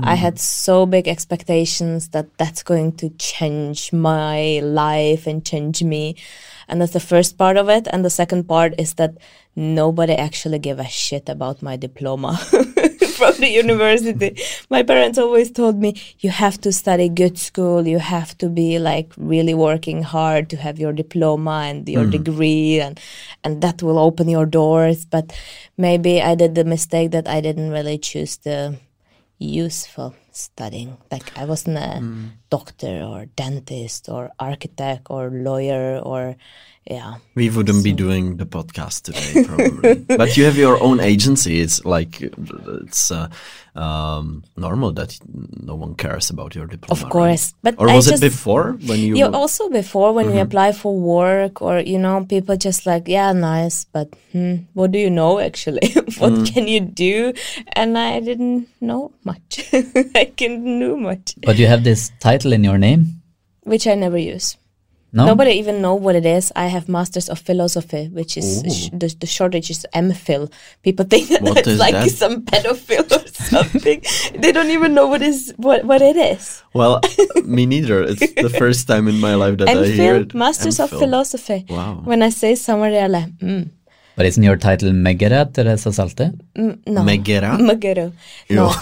I had so big expectations that that's going to change my life and change me. And that's the first part of it. And the second part is that nobody actually gave a shit about my diploma from the university. My parents always told me, you have to study good school, you have to be like really working hard to have your diploma and your degree and and that will open your doors. But maybe I did the mistake that I didn't really choose the useful studying. Like I wasn't a
Mm.
doctor or dentist or architect or lawyer or yeah.
We wouldn't be doing the podcast today, probably. but you have your own agency. It's like uh, it's uh, um, normal that no one cares about your diploma.
Of
right?
course. But
Or
I
was
just,
it Mm-hmm. before when you?
Yeah, also before when we apply for work or you know people just like yeah nice but hmm, what do you know actually what
Mm.
can you do and I didn't know much I can do much
But you have this title in your name?
which I never use
No?
nobody even know what it is I have masters of philosophy which is sh- the, the shortage is MPhil people think that
What
it's
is
like
that?
some pedophile or something they don't even know what is what what it is
well, me neither. It's the first time in my life that I hear
MPhil
it.
masters of
Enfil.
philosophy
Wow.
when I say somewhere they're like mm,
But isn't your title Megera Teresa Salte?
no
Megera.
Magero. No.
Yo.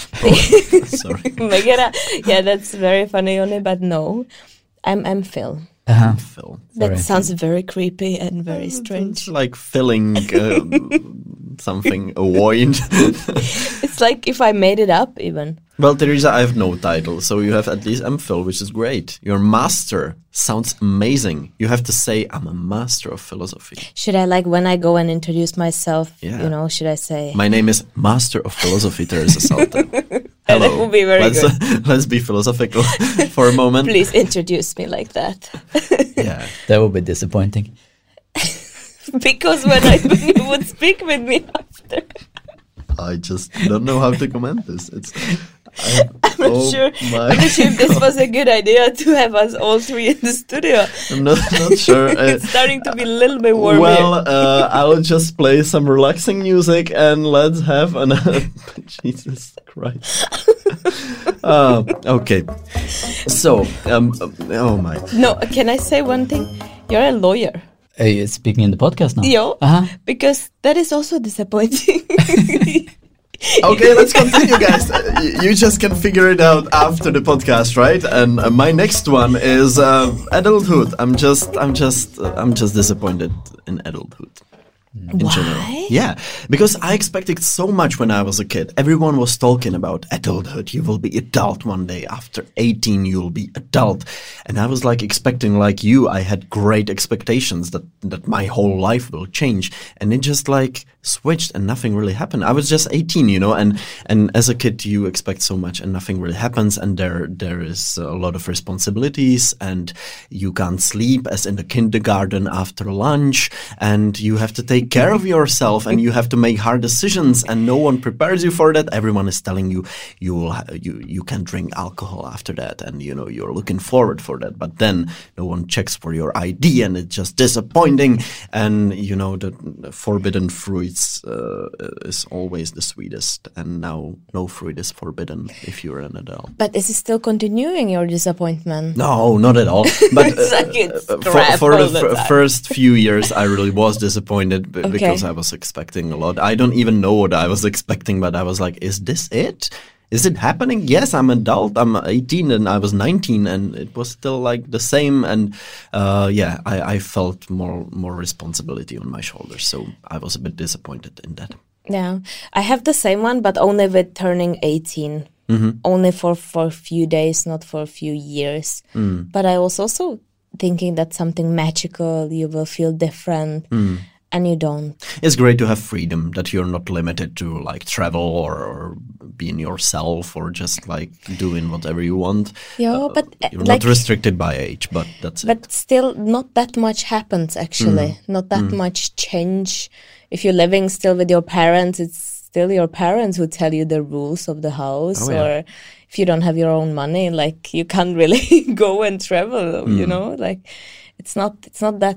Sorry.
Magera. Yeah, that's very funny, Yoni, but no. I'm, I'm Phil.
Uh-huh.
Phil.
That
Sorry.
sounds very creepy and very strange.
It's like filling um, something a void.
It's like if I made it up, even.
Well, Teresa, I have no title, so you have at least MPhil, which is great. Your master sounds amazing. You have to say, I'm a master of philosophy.
Should I, like, when I go and introduce myself,
Yeah.
you know, should I say,
My name is Master of Philosophy, Teresa Salta. Hello.
would be very
let's, let's be philosophical for a moment.
please introduce me like that?
Yeah.
That would be disappointing.
because when I when you would speak with me after,
I just don't know how to comment this. It's,
I'm not
Oh
sure.
my
I'm not sure if this was a good idea to have us all three in the studio.
I'm not, not sure. Uh,
It's starting to be a little bit warm.
well, uh, I'll just play some relaxing music and let's have another. Jesus Christ. uh, okay. So, um, oh my.
here. No, can I say one thing? You're a lawyer.
Are you speaking in the podcast now?
Yo,
Uh-huh.
because that is also disappointing.
Okay, let's continue, guys. Uh, y- you just can figure it out after the podcast, right? And uh, my next one is uh, adulthood. I'm just, I'm just, uh, I'm just disappointed in adulthood. in general. Yeah, because I expected so much when I was a kid. Everyone was talking about adulthood. You will be adult one day. After 18, you'll be adult. And I was like expecting, like you, I had great expectations that, that my whole life will change. And it just like switched and nothing really happened. I was just 18, you know, and, and as a kid, you expect so much and nothing really happens. And there, there is a lot of responsibilities and you can't sleep as in the kindergarten after lunch. And you have to take care of yourself and you have to make hard decisions and no one prepares you for that. Everyone is telling you, you will, ha- you, you can drink alcohol after that. And you know, you're looking forward for that. But then no one checks for your ID and it's just disappointing. And you know, the the forbidden fruits uh, is always the sweetest. And now no fruit is forbidden if you're an adult.
But is it still continuing your disappointment?
No, not at all. But
It's like it's
Uh, for,
crap
for
all
the,
the
fir-
time.
first few years, I really was disappointed b- because I was expecting a lot. I don't even know what I was expecting, but I was like, "Is this it? Is it happening?" Yes, I'm adult. I'm 18, and I was 19, and it was still like the same. And uh, yeah, I, I felt more more responsibility on my shoulders, so I was a bit disappointed in that.
Yeah, I have the same one, but only with turning 18. Only for for a few days, not for a few years. But I was also thinking that something magical, you will feel different, and you don't.
It's great to have freedom that you're not limited to like travel or, or being yourself or just like doing whatever you want.
Yeah, but uh,
You're
like,
not restricted by age, but that's it.
but still, not that much happens actually.
Mm.
Not that much change. If you're living still with your parents, it's still your parents who tell you the rules of the house.
Oh, yeah.
Or if you don't have your own money, like you can't really go and travel. You
Mm.
know, like it's not it's not that.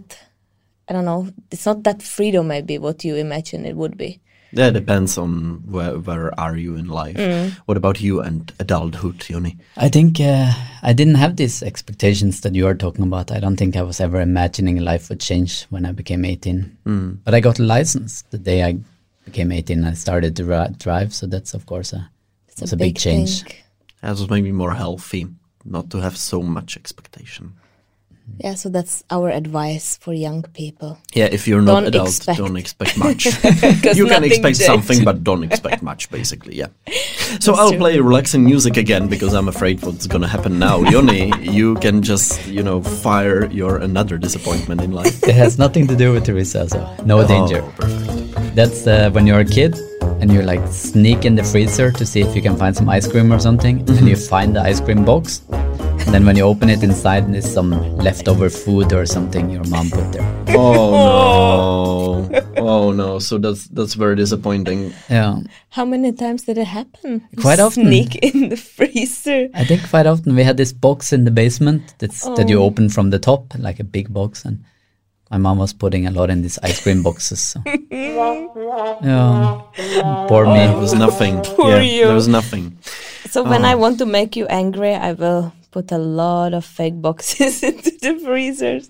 I don't know. It's not that freedom, maybe what you imagine it would be.
Yeah, it depends on where where are you in life.
Mm.
What about you and adulthood, Yoni?
I think uh, I didn't have these expectations that you are talking about. I don't think I was ever imagining life would change when I became 18. But I got a license the day I became 18. I started to ri- drive, so that's of course a, it's a, big, change.
thing.
That was maybe more healthy, not to have so much expectation.
Yeah, so that's our advice for young people.
Yeah, if you're not
Don't
adult,
expect.
don't expect much.
'Cause
you can
nothing
expect
changed.
something, but don't expect much, basically. Yeah. So I'll play relaxing music again because I'm afraid what's gonna happen now, Yoni. You can just you know fire your another disappointment in life.
It has nothing to do with Teresa, so no danger.
Oh, perfect.
That's uh, when you're a kid and you like sneak in the freezer to see if you can find some ice cream or something, and you find the ice cream box. And then when you open it inside, there's some leftover food or something your mom put there.
Oh no! Oh no! So that's that's very disappointing.
Yeah,
How many times did it happen? You
Quite often.
Sneak in the freezer.
I think quite often we had this box in the basement that's, that you
Oh.
open from the top, like a big box, and my mom was putting a lot in these ice cream boxes. So. yeah, poor
There
me.
was nothing.
Poor
yeah,
you.
There was nothing.
So when
Ah.
I want to make you angry, I will put a lot of fake boxes into the freezers.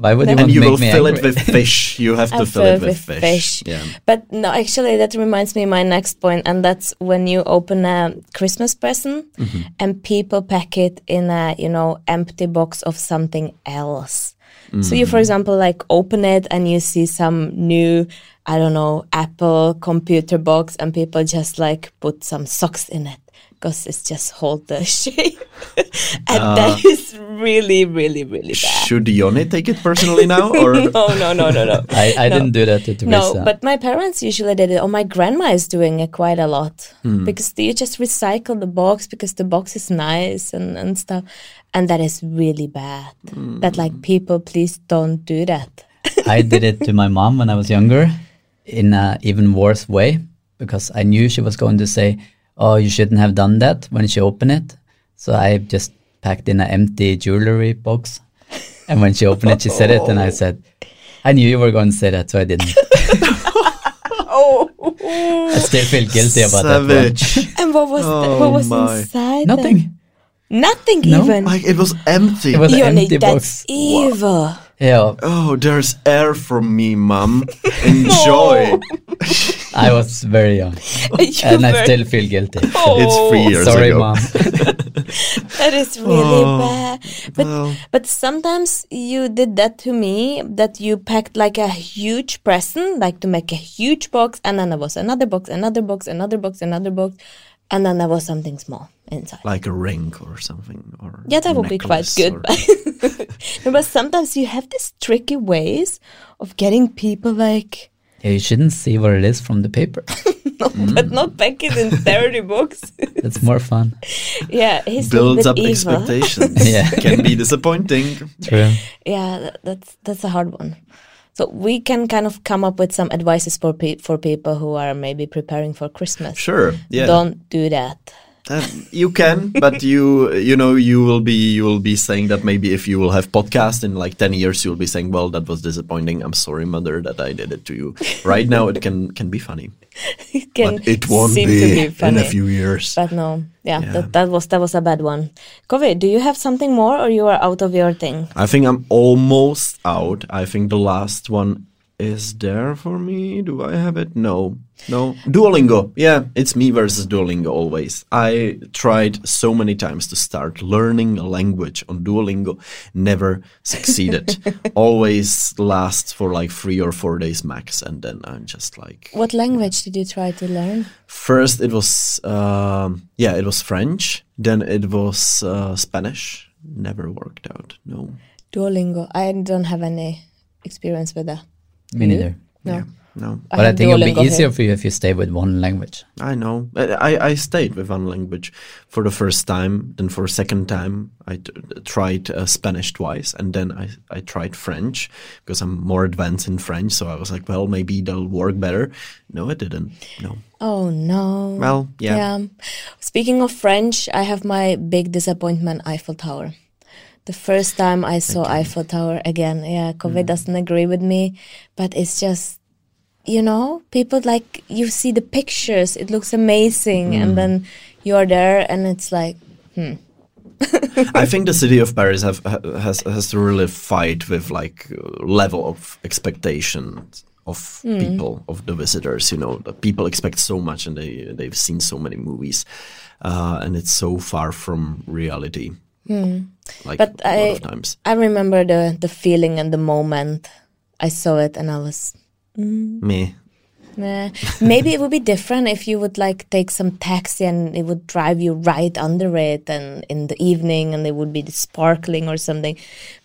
Why would you
And
want to
you
make
will
me
fill it
angry?
with fish. You have to
I
fill it with fish. Yeah.
But no, actually, that reminds me my next point, and that's when you open a Christmas present
Mm-hmm.
and people pack it in a you know empty box of something else. So
Mm-hmm.
you, for example, like open it and you see some new, I don't know, Apple computer box, and people just like put some socks in it because it's just hold the shape, and
Uh.
that is really, really, really bad.
Should Yoni take it personally now, or Oh
No, no, no, no, no.
I, I
No.
didn't do that to Teresa.
No, but my parents usually did it, or my grandma is doing it quite a lot
Hmm.
because you just recycle the box because the box is nice and, and stuff. And that is really bad. That,
Hmm.
like, people, please don't do that.
I did it to my mom when I was younger in an even worse way because I knew she was going to say, Oh, you shouldn't have done that when she opened it. So I just packed in an empty jewelry box. And when she opened it, she said it. And I said, I knew you were going to say that, so I didn't.
Oh,
I still feel guilty about that. one.
savage?
and what was
Oh,
the, what was
my.
inside? then?
Nothing.
nothing
No,
even.
like it was empty.
It was an
Yoni,
empty
that's
box.
evil.
Yeah,
Oh, there's air from me, mom. Enjoy.
I was very young, and I still feel guilty.
Oh,
It's three years
Sorry,
ago.
mom.
That is really
Oh.
bad. But
well.
but sometimes you did that to me that you packed like a huge present, like to make a huge box, and then there was another box, another box, another box, another box, and then there was something small inside.
Like a ring or something. Or
Yeah, that would be quite
necklace
good.
or-
No, but sometimes you have these tricky ways of getting people like,
Yeah, you shouldn't see what it is from the paper.
no, but
Mm.
not pack it in 30 books.
That's more fun.
yeah, he's
Builds
a
up
little bit evil.
expectations.
Yeah.
Can be disappointing.
True.
Yeah, tha- that's that's a hard one. So we can kind of come up with some advices for pe- for people who are maybe preparing for Christmas.
Sure. Yeah.
Don't do that.
Uh, you can, but you you know you will be you will be saying that maybe if you will have podcast in like ten years, you will be saying, "Well, that was disappointing. I'm sorry, mother, that I did it to you." Right now, it can can be funny,
It can
but it won't
seem to
be,
be funny.
in a few years.
but no, yeah,
Yeah.
That, that was that was a bad one. Kovi, do you have something more, or you are out of your thing?
I think I'm almost out. I think the last one is there for me. Do I have it? No. No. Duolingo. Yeah, it's me versus Duolingo always. I tried so many times to start learning a language on Duolingo, never succeeded. always lasts for like three or four days max. And then I'm just like,
What language did you try to learn?
first it was, um, yeah, it was French. Then it was uh, Spanish. Never worked out. No.
Duolingo. I don't have any experience with that.
Me neither.
No.
No.
But I,
have
think it'll
Duolingo
be
here.
easier for you if you stay with one language.
I know. I- I, I stayed with one language for the first time. Then for a second time, I t- tried uh, Spanish twice, and then I, I tried French because I'm more advanced in French. So I was like, well, maybe that'll work better. No, it didn't. No.
Oh no.
Well, yeah.
Speaking of French, I have my big disappointment Eiffel Tower. The first time I saw Eiffel Tower again, yeah, COVID
Mm.
doesn't agree with me, but it's just you know, people like you see the pictures, it looks amazing
Mm.
and then you're there and it's like
I think the city of Paris have ha- has has to really fight with like uh, level of expectation of
Mm.
people of the visitors. You know, the people expect so much, and they they've seen so many movies, uh, and it's so far from reality. Like
Hmm. But
a lot
I-
of times.
I remember the the feeling and the moment I saw it and I was
Me.
Nah. Maybe it would be different if you would like take some taxi and it would drive you right under it and in the evening and it would be sparkling or something.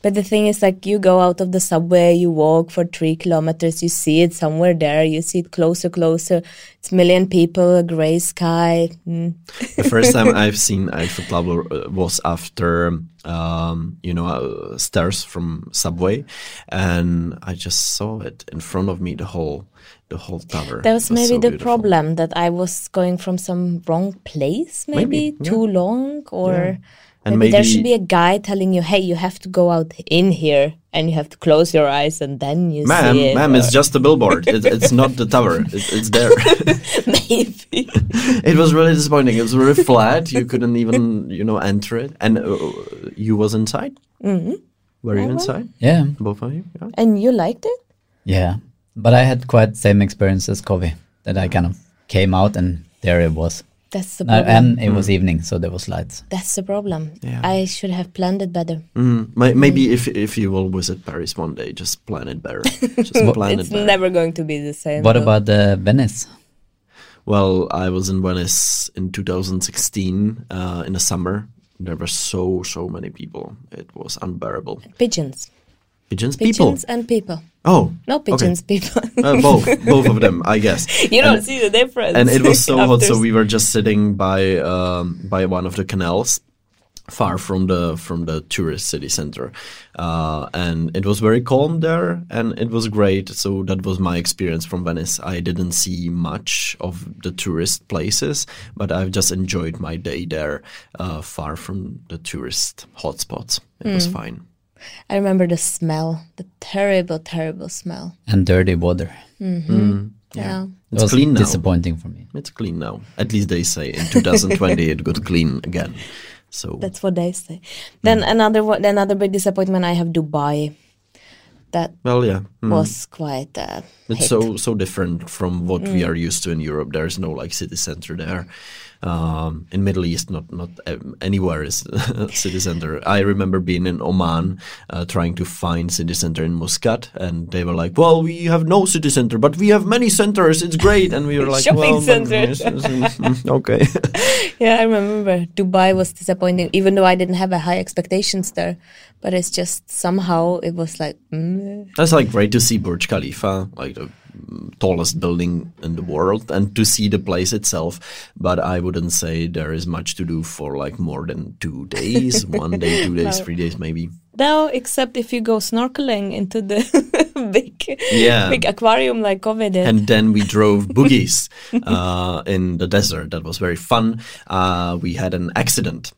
But the thing is like you go out of the subway, you walk for three kilometers, you see it somewhere there, you see it closer, closer. It's million people, a gray sky. Mm.
the first time I've seen Eiffel Tower uh, was after um, you know uh, stairs from subway, and I just saw it in front of me the whole the whole tower.
That was
It
maybe
so
the
beautiful.
problem that I was going from some wrong place, maybe,
Maybe, yeah.
too long, or
And
maybe, there
maybe-
should be a guy telling you, "Hey, you have to go out in here, and you have to close your eyes, and then you
Ma'am,
see it."
ma'am,
or-
it's just a billboard. It, it's not the tower. It, it's there.
maybe.
it was really disappointing. It was really flat. You couldn't even, you know, enter it. And uh, you was inside. Mm-hmm. Were
Uh-huh.
you inside?
Yeah.
Both of you. Yeah.
and you liked it?
Yeah. But I had quite same experience as Kobe that I kind of came out and there it was.
That's the
No,
problem.
and it
Mm.
was evening, so there was lights.
That's the problem.
Yeah.
I should have planned it better.
Mm, may- maybe
Mm-hmm.
if if you will visit Paris one day, just plan it better. Just plan
it's
it better.
never going to be the same.
What
though.
about uh, Venice?
Well, I was in Venice in 2016 uh, in the summer. There were so so many people. It was unbearable.
pigeons?
Pigeons, people.
Pigeons and people.
Oh,
No
okay.
pigeons, people.
Uh, both both of them, I guess.
you don't
And-
see the difference.
and it was so hot
after
so we were just sitting by um, by one of the canals far from the from the tourist city center uh, and it was very calm there and it was great so that was my experience from venice i didn't see much of the tourist places but i've just enjoyed my day there uh, far from the tourist hotspots it was fine
I remember the smell, the terrible, terrible smell.
And dirty water.
Yeah.
It
it's
was
clean now
disappointing for me.
it's clean now at least they say in 2020 it got clean again so Mm.
That's what they say. Then another one, another big disappointment I have Dubai. that
Well, yeah. Mm.
was quite a
It's
hit. Mm.
so so different from what we are used to in Europe. There is no like city center there. Um, in Middle East, not not um, anywhere is city center. I remember being in Oman, uh, trying to find city center in Muscat, and they were like, "Well, we have no city center, but we have many centers. It's great." And we were like,
Shopping
well, then-
center."
yes, yes, yes, mm, okay.
yeah, I remember Dubai was disappointing, even though I didn't have a high expectations there. But it's just somehow it was like, mm.
That's like great to see Burj Khalifa, like the mm, tallest building in the world, and to see the place itself. But I wouldn't say there is much to do for like more than two days, one day, two days, three days, maybe.
no, except if you go snorkeling into the big,
Yeah.
big aquarium like COVID did.
And then we drove boogies uh, in the desert. That was very fun. Uh, we had an accident.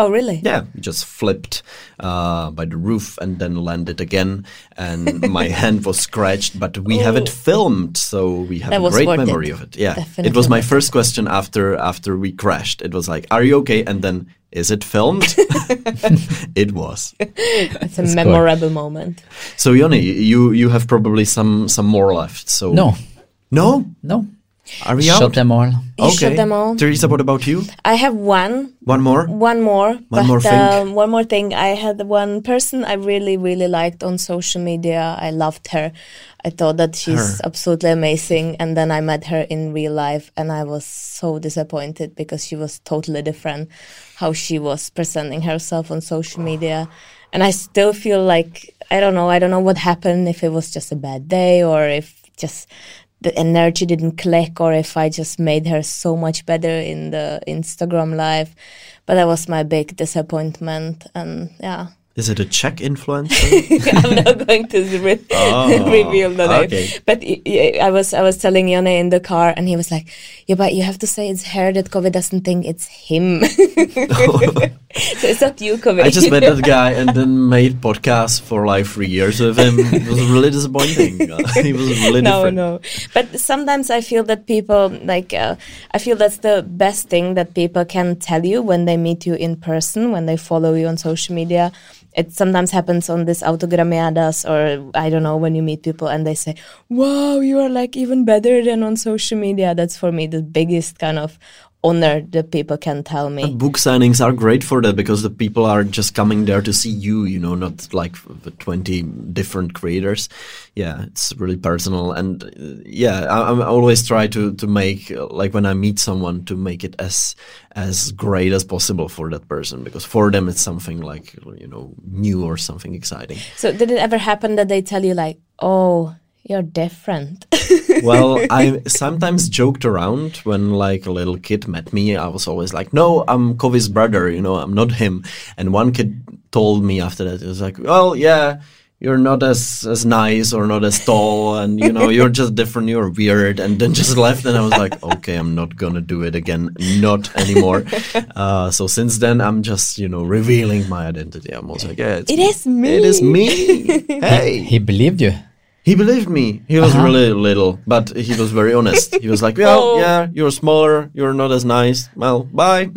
oh, really?
Yeah, we just flipped uh, by the roof and then landed again. And my hand was scratched, but we have it filmed, so we have
Oh. That
a
was
great
worth
memory
it.
of it. Yeah, it was
Definitely
my first question after after we crashed. It was like, "Are you okay?" And then, "Is it filmed?" it was.
It's a
That's cool.
memorable moment.
So Yoni, you you have probably some some more left. So
No,
no,
no.
are we
Shot
out?
them all.
You shot them all.
Teresa, what about you?
I have one
One more.
one more but
more thing.
um, one more thing i had one person i really really liked on social media i loved her i thought that she's
Her.
absolutely amazing and then i met her in real life and i was so disappointed because she was totally different how she was presenting herself on social media and i still feel like i don't know i don't know what happened if it was just a bad day or if just the energy didn't click or if I just made her so much better in the Instagram live. But that was my big disappointment. And yeah,
Is it a Czech influencer?
I'm not going to re- reveal the name.
Oh, okay.
But y- y- I was I was telling Yone in the car and he was like, yeah, but you have to say it's her that COVID doesn't think it's him. so it's not you, COVID.
I just met that guy and then made podcasts for like three years with him. It was really disappointing. he was really
no,
different.
no. But sometimes I feel that people like uh, I feel that's the best thing that people can tell you when they meet you in person, when they follow you on social media. It sometimes happens on this autogramiadas or I don't know when you meet people and they say, "Wow, you are like even better than on social media." That's for me the biggest kind of honor that people can tell me.
Book signings are great for that because the people are just coming there to see you, you know, not like the 20 different creators. Yeah, it's really personal. And uh, yeah, I, I always try to, to make, uh, like when I meet someone, to make it as as great as possible for that person because for them it's something like, you know, new or something exciting.
So did it ever happen that they tell you like, "Oh, you're different"?
well, I sometimes joked around when like a little kid met me. I was always like, "No, I'm Kobe's brother. You know, I'm not him." And one kid told me after that, it was like, "Well, yeah." You're not as, as nice or not as tall, and you know you're just different. You're weird, and then just left. And I was like, okay, I'm not gonna do it again, not anymore. Uh, so since then, I'm just you know revealing my identity. I'm always like, yeah, it's
It is me.
It is me. hey,
He believed you.
he believed me. He was really little, but he was very honest. He was like, "Well,
Oh.
yeah, you're smaller. You're not as nice. Well, bye."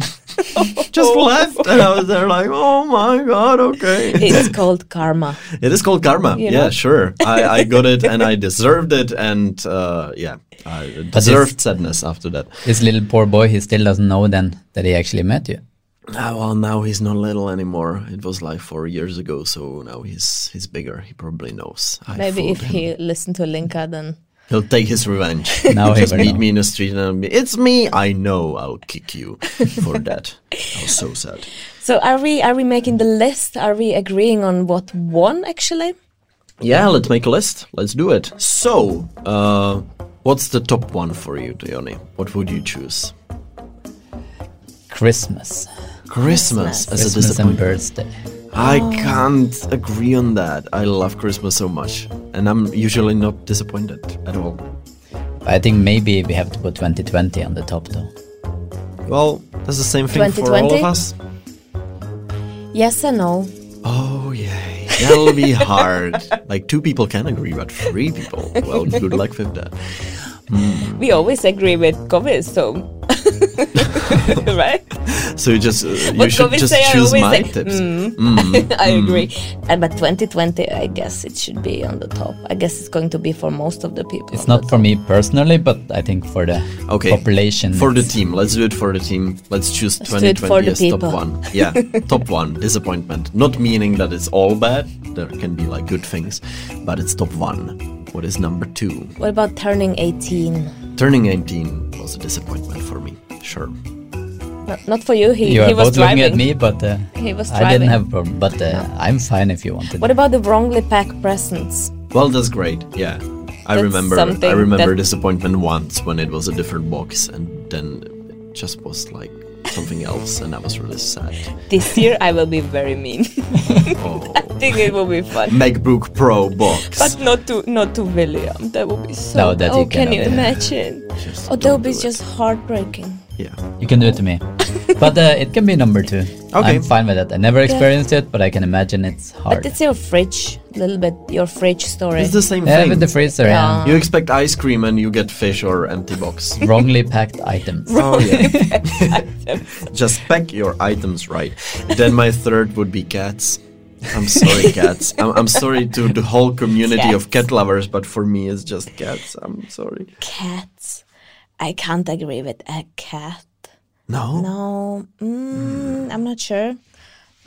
Just left, and I was there like, "Oh my god, okay."
It's called karma.
It is called karma.
You
yeah,
know?
sure. I, I got it, and I deserved it, and uh, yeah, I deserved sadness after that.
This little poor boy, he still doesn't know then that he actually met you.
Ah, well, now he's not little anymore. It was like four years ago, so now he's he's bigger. He probably knows. I
Maybe
fooled
if
him.
he listened to Linka, then
He'll take his revenge.
Now
He'll
he
just
will
meet
know.
me in the street and I'll be, it's me. I know. I'll kick you for that. I was so sad.
so are we? Are we making the list? Are we agreeing on what won actually?
Yeah, let's make a list. Let's do it. So, uh, what's the top one for you, Dione? What would you choose?
Christmas.
Christmas, as a
Christmas and
disappointment.
birthday.
I can't agree on that. I love Christmas so much, and I'm usually not disappointed at all.
I think maybe we have to put 2020 on the top though.
Well, that's the same thing for all of
2020?
us.
Yes and no.
Oh yeah, that'll be hard. like two people can agree, but three people. Well, good luck with that.
We always agree with COVID, so right?
So you just uh, you
But
should
COVID
just
say I
choose
always
my
say,
tips.
mm.
Mm.
I
Hmm.
agree. And but 2020, I guess it should be on the top. I guess it's going to be for most of the people.
It's not for me personally, but I think for the
Okay.
population.
For the
it's-
team, let's do it for the team. Let's choose
do it for
2020
the
as top
people.
one. Yeah, top one. Disappointment. Not meaning that it's all bad. There can be like good things, but it's top one. What is number two?
What about turning 18?
Turning 18 was a disappointment for me. Sure.
No, not for you. He,
You
he
are
was
both
driving.
looking at me, but uh,
He was
I
driving.
didn't have a problem. But uh, I'm fine if you wanted.
What about the wrongly packed presents?
Well, that's great. Yeah. I
That's
remember
something
I remember
that-
disappointment once when it was a different box and then it just was like something else and I was really sad.
This year I will be very mean.
Oh.
I think it will be fun.
MacBook Pro box.
But not to not to William. That would be so.
No, that
oh,
you
can
cannot
you
do.
imagine?
Just
oh, that
don't
would be
do it.
just heartbreaking.
yeah.
You can do it to me. but uh, it can be number two.
Okay.
I'm fine with that. I never experienced it, but I can imagine it's hard.
But it's your fridge, a little bit your fridge story.
It's the same
yeah,
thing.
with the freezer. Yeah.
You expect ice cream and you get fish or empty box.
Wrongly packed items.
oh yeah. Just pack your items right. Then my third would be cats. I'm sorry, cats. I'm, I'm sorry to the whole community of cat lovers, but for me, it's just cats. I'm sorry.
Cats. I can't agree with a cat.
No.
No, mm, I'm not sure.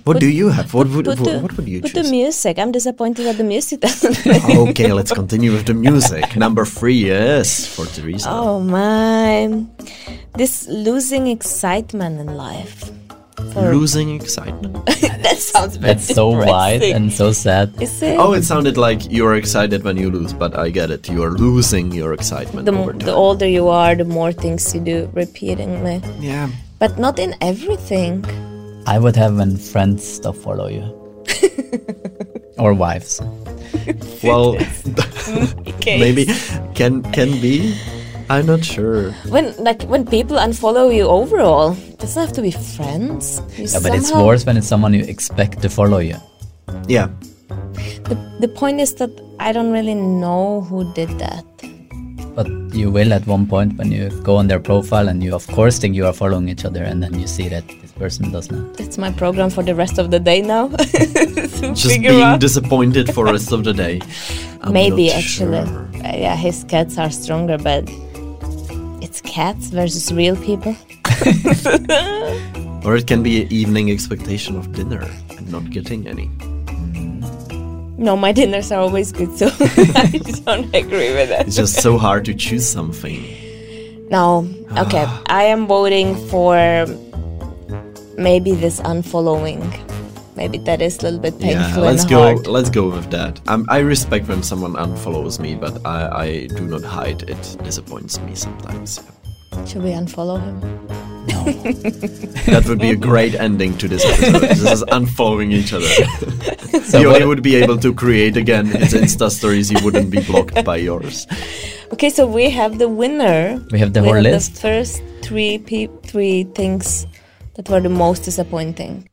What do you have? What would
But
what,
the,
what would you
but
choose?
the music. I'm disappointed that the music doesn't.
okay, let's continue with the music. Number three, yes, for Teresa.
oh my! This losing excitement in life. For,
Losing excitement.
that sounds very
That's so wide
depressing.
and so sad.
Is it?
Oh, it sounded like you're excited when you lose, but I get it. You're losing your excitement
the,
over time.
mo- the older you are, the more things you do repeatedly.
yeah.
But not in everything.
I would have when friends stop follow you. or wives.
Well,
Okay.
maybe can can be. I'm not sure.
When like when people unfollow you overall, it doesn't have to be friends. You
Yeah, but it's
somehow-
worse when it's someone you expect to follow you.
Yeah.
The, the point is that I don't really know who did that.
But you will at one point when you go on their profile and you of course think you are following each other and then you see that this person does not.
That's my program for the rest of the day now. to
Just
figure
being
out.
disappointed for rest of the day. I'm
Maybe
not
actually,
sure.
Uh, yeah, his cats are stronger, but it's cats versus real people.
Or it can be an evening expectation of dinner and not getting any.
No, my dinners are always good, so I don't agree with that.
It's just so hard to choose something.
No. Okay. I am voting for maybe this unfollowing. Maybe that is a little bit
Yeah,
painful
let's
and
go.
hard.
Let's go with that. Um, I respect when someone unfollows me, but I, I do not hide. It disappoints me sometimes.
Should we unfollow him?
That would be a great ending to this episode. this is unfollowing each other.
So
Yoni
what-
would be able to create again his Insta stories. He wouldn't be blocked by yours.
Okay, so we have the winner.
We have the
We
whole
have
list.
The first three pe- three things that were the most disappointing.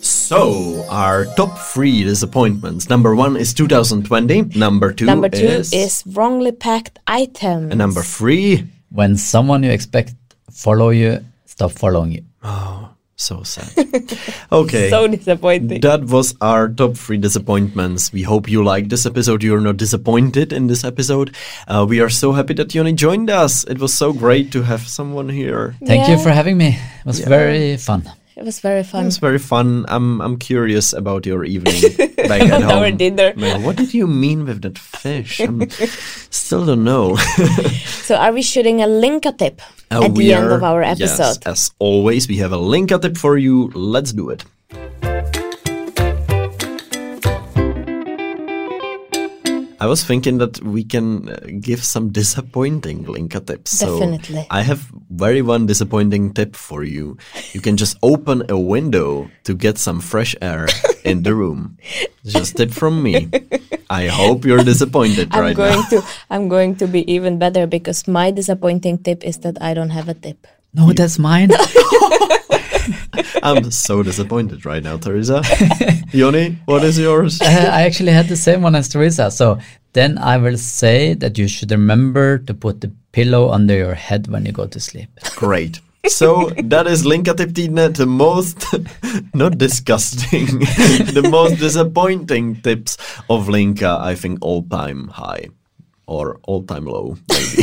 So our top three disappointments. Number one is 2020. Number two,
Number two
is,
is, wrongly packed items.
and number three.
When someone you expect follow you stop following you.
So sad. Okay.
So disappointing.
That was our top three disappointments. We hope you liked this episode. You're not disappointed in this episode. Uh, we are so happy that Yoni joined us. It was so great to have someone here.
Thank you
Yeah.
for having me. It was very fun.
it was very
It
fun.
was very fun. I'm I'm curious about your evening back at home.
Our dinner.
Man, what did you mean with that fish? I'm, still don't know.
So are we shooting a link a tip
Uh,
at
we
the end
are-
of our
yes,
episode?
as always, we have a link a tip for you. Let's do it. I was thinking that we can uh, give some disappointing linker tips.
Definitely.
So I have very one disappointing tip for you. You can just open a window to get some fresh air in the room. Just tip from me. I hope you're disappointed
I'm
right
going
now.
to I'm going to be even better because my disappointing tip is that I don't have a tip.
No, that's mine.
I'm so disappointed right now, Teresa. Yoni, what is yours?
Uh, I actually had the same one as Teresa. So then I will say that you should remember to put the pillow under your head when you go to sleep.
Great. So that is Linka Tip týdne, the most, not disgusting, the most disappointing tips of Linka, I think all time high or all time low.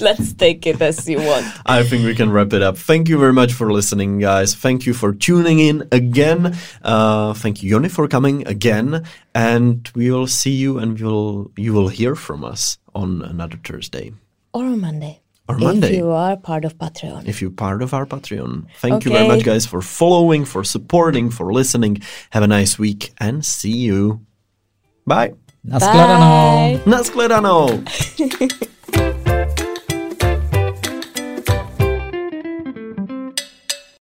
Let's take it as you want.
I think we can wrap it up. Thank you very much for listening, guys. Thank you for tuning in again. Uh, thank you, Yoni, for coming again. And we will see you and you'll, you will hear from us on another Thursday
Or on Monday.
or Monday.
If you are part of Patreon.
if you're part of our Patreon. Thank you very much,
Okay.
guys, for following, for supporting, for listening. Have a nice week and see you. Bye.
Naschledanou.
Bye.
Naschledanou.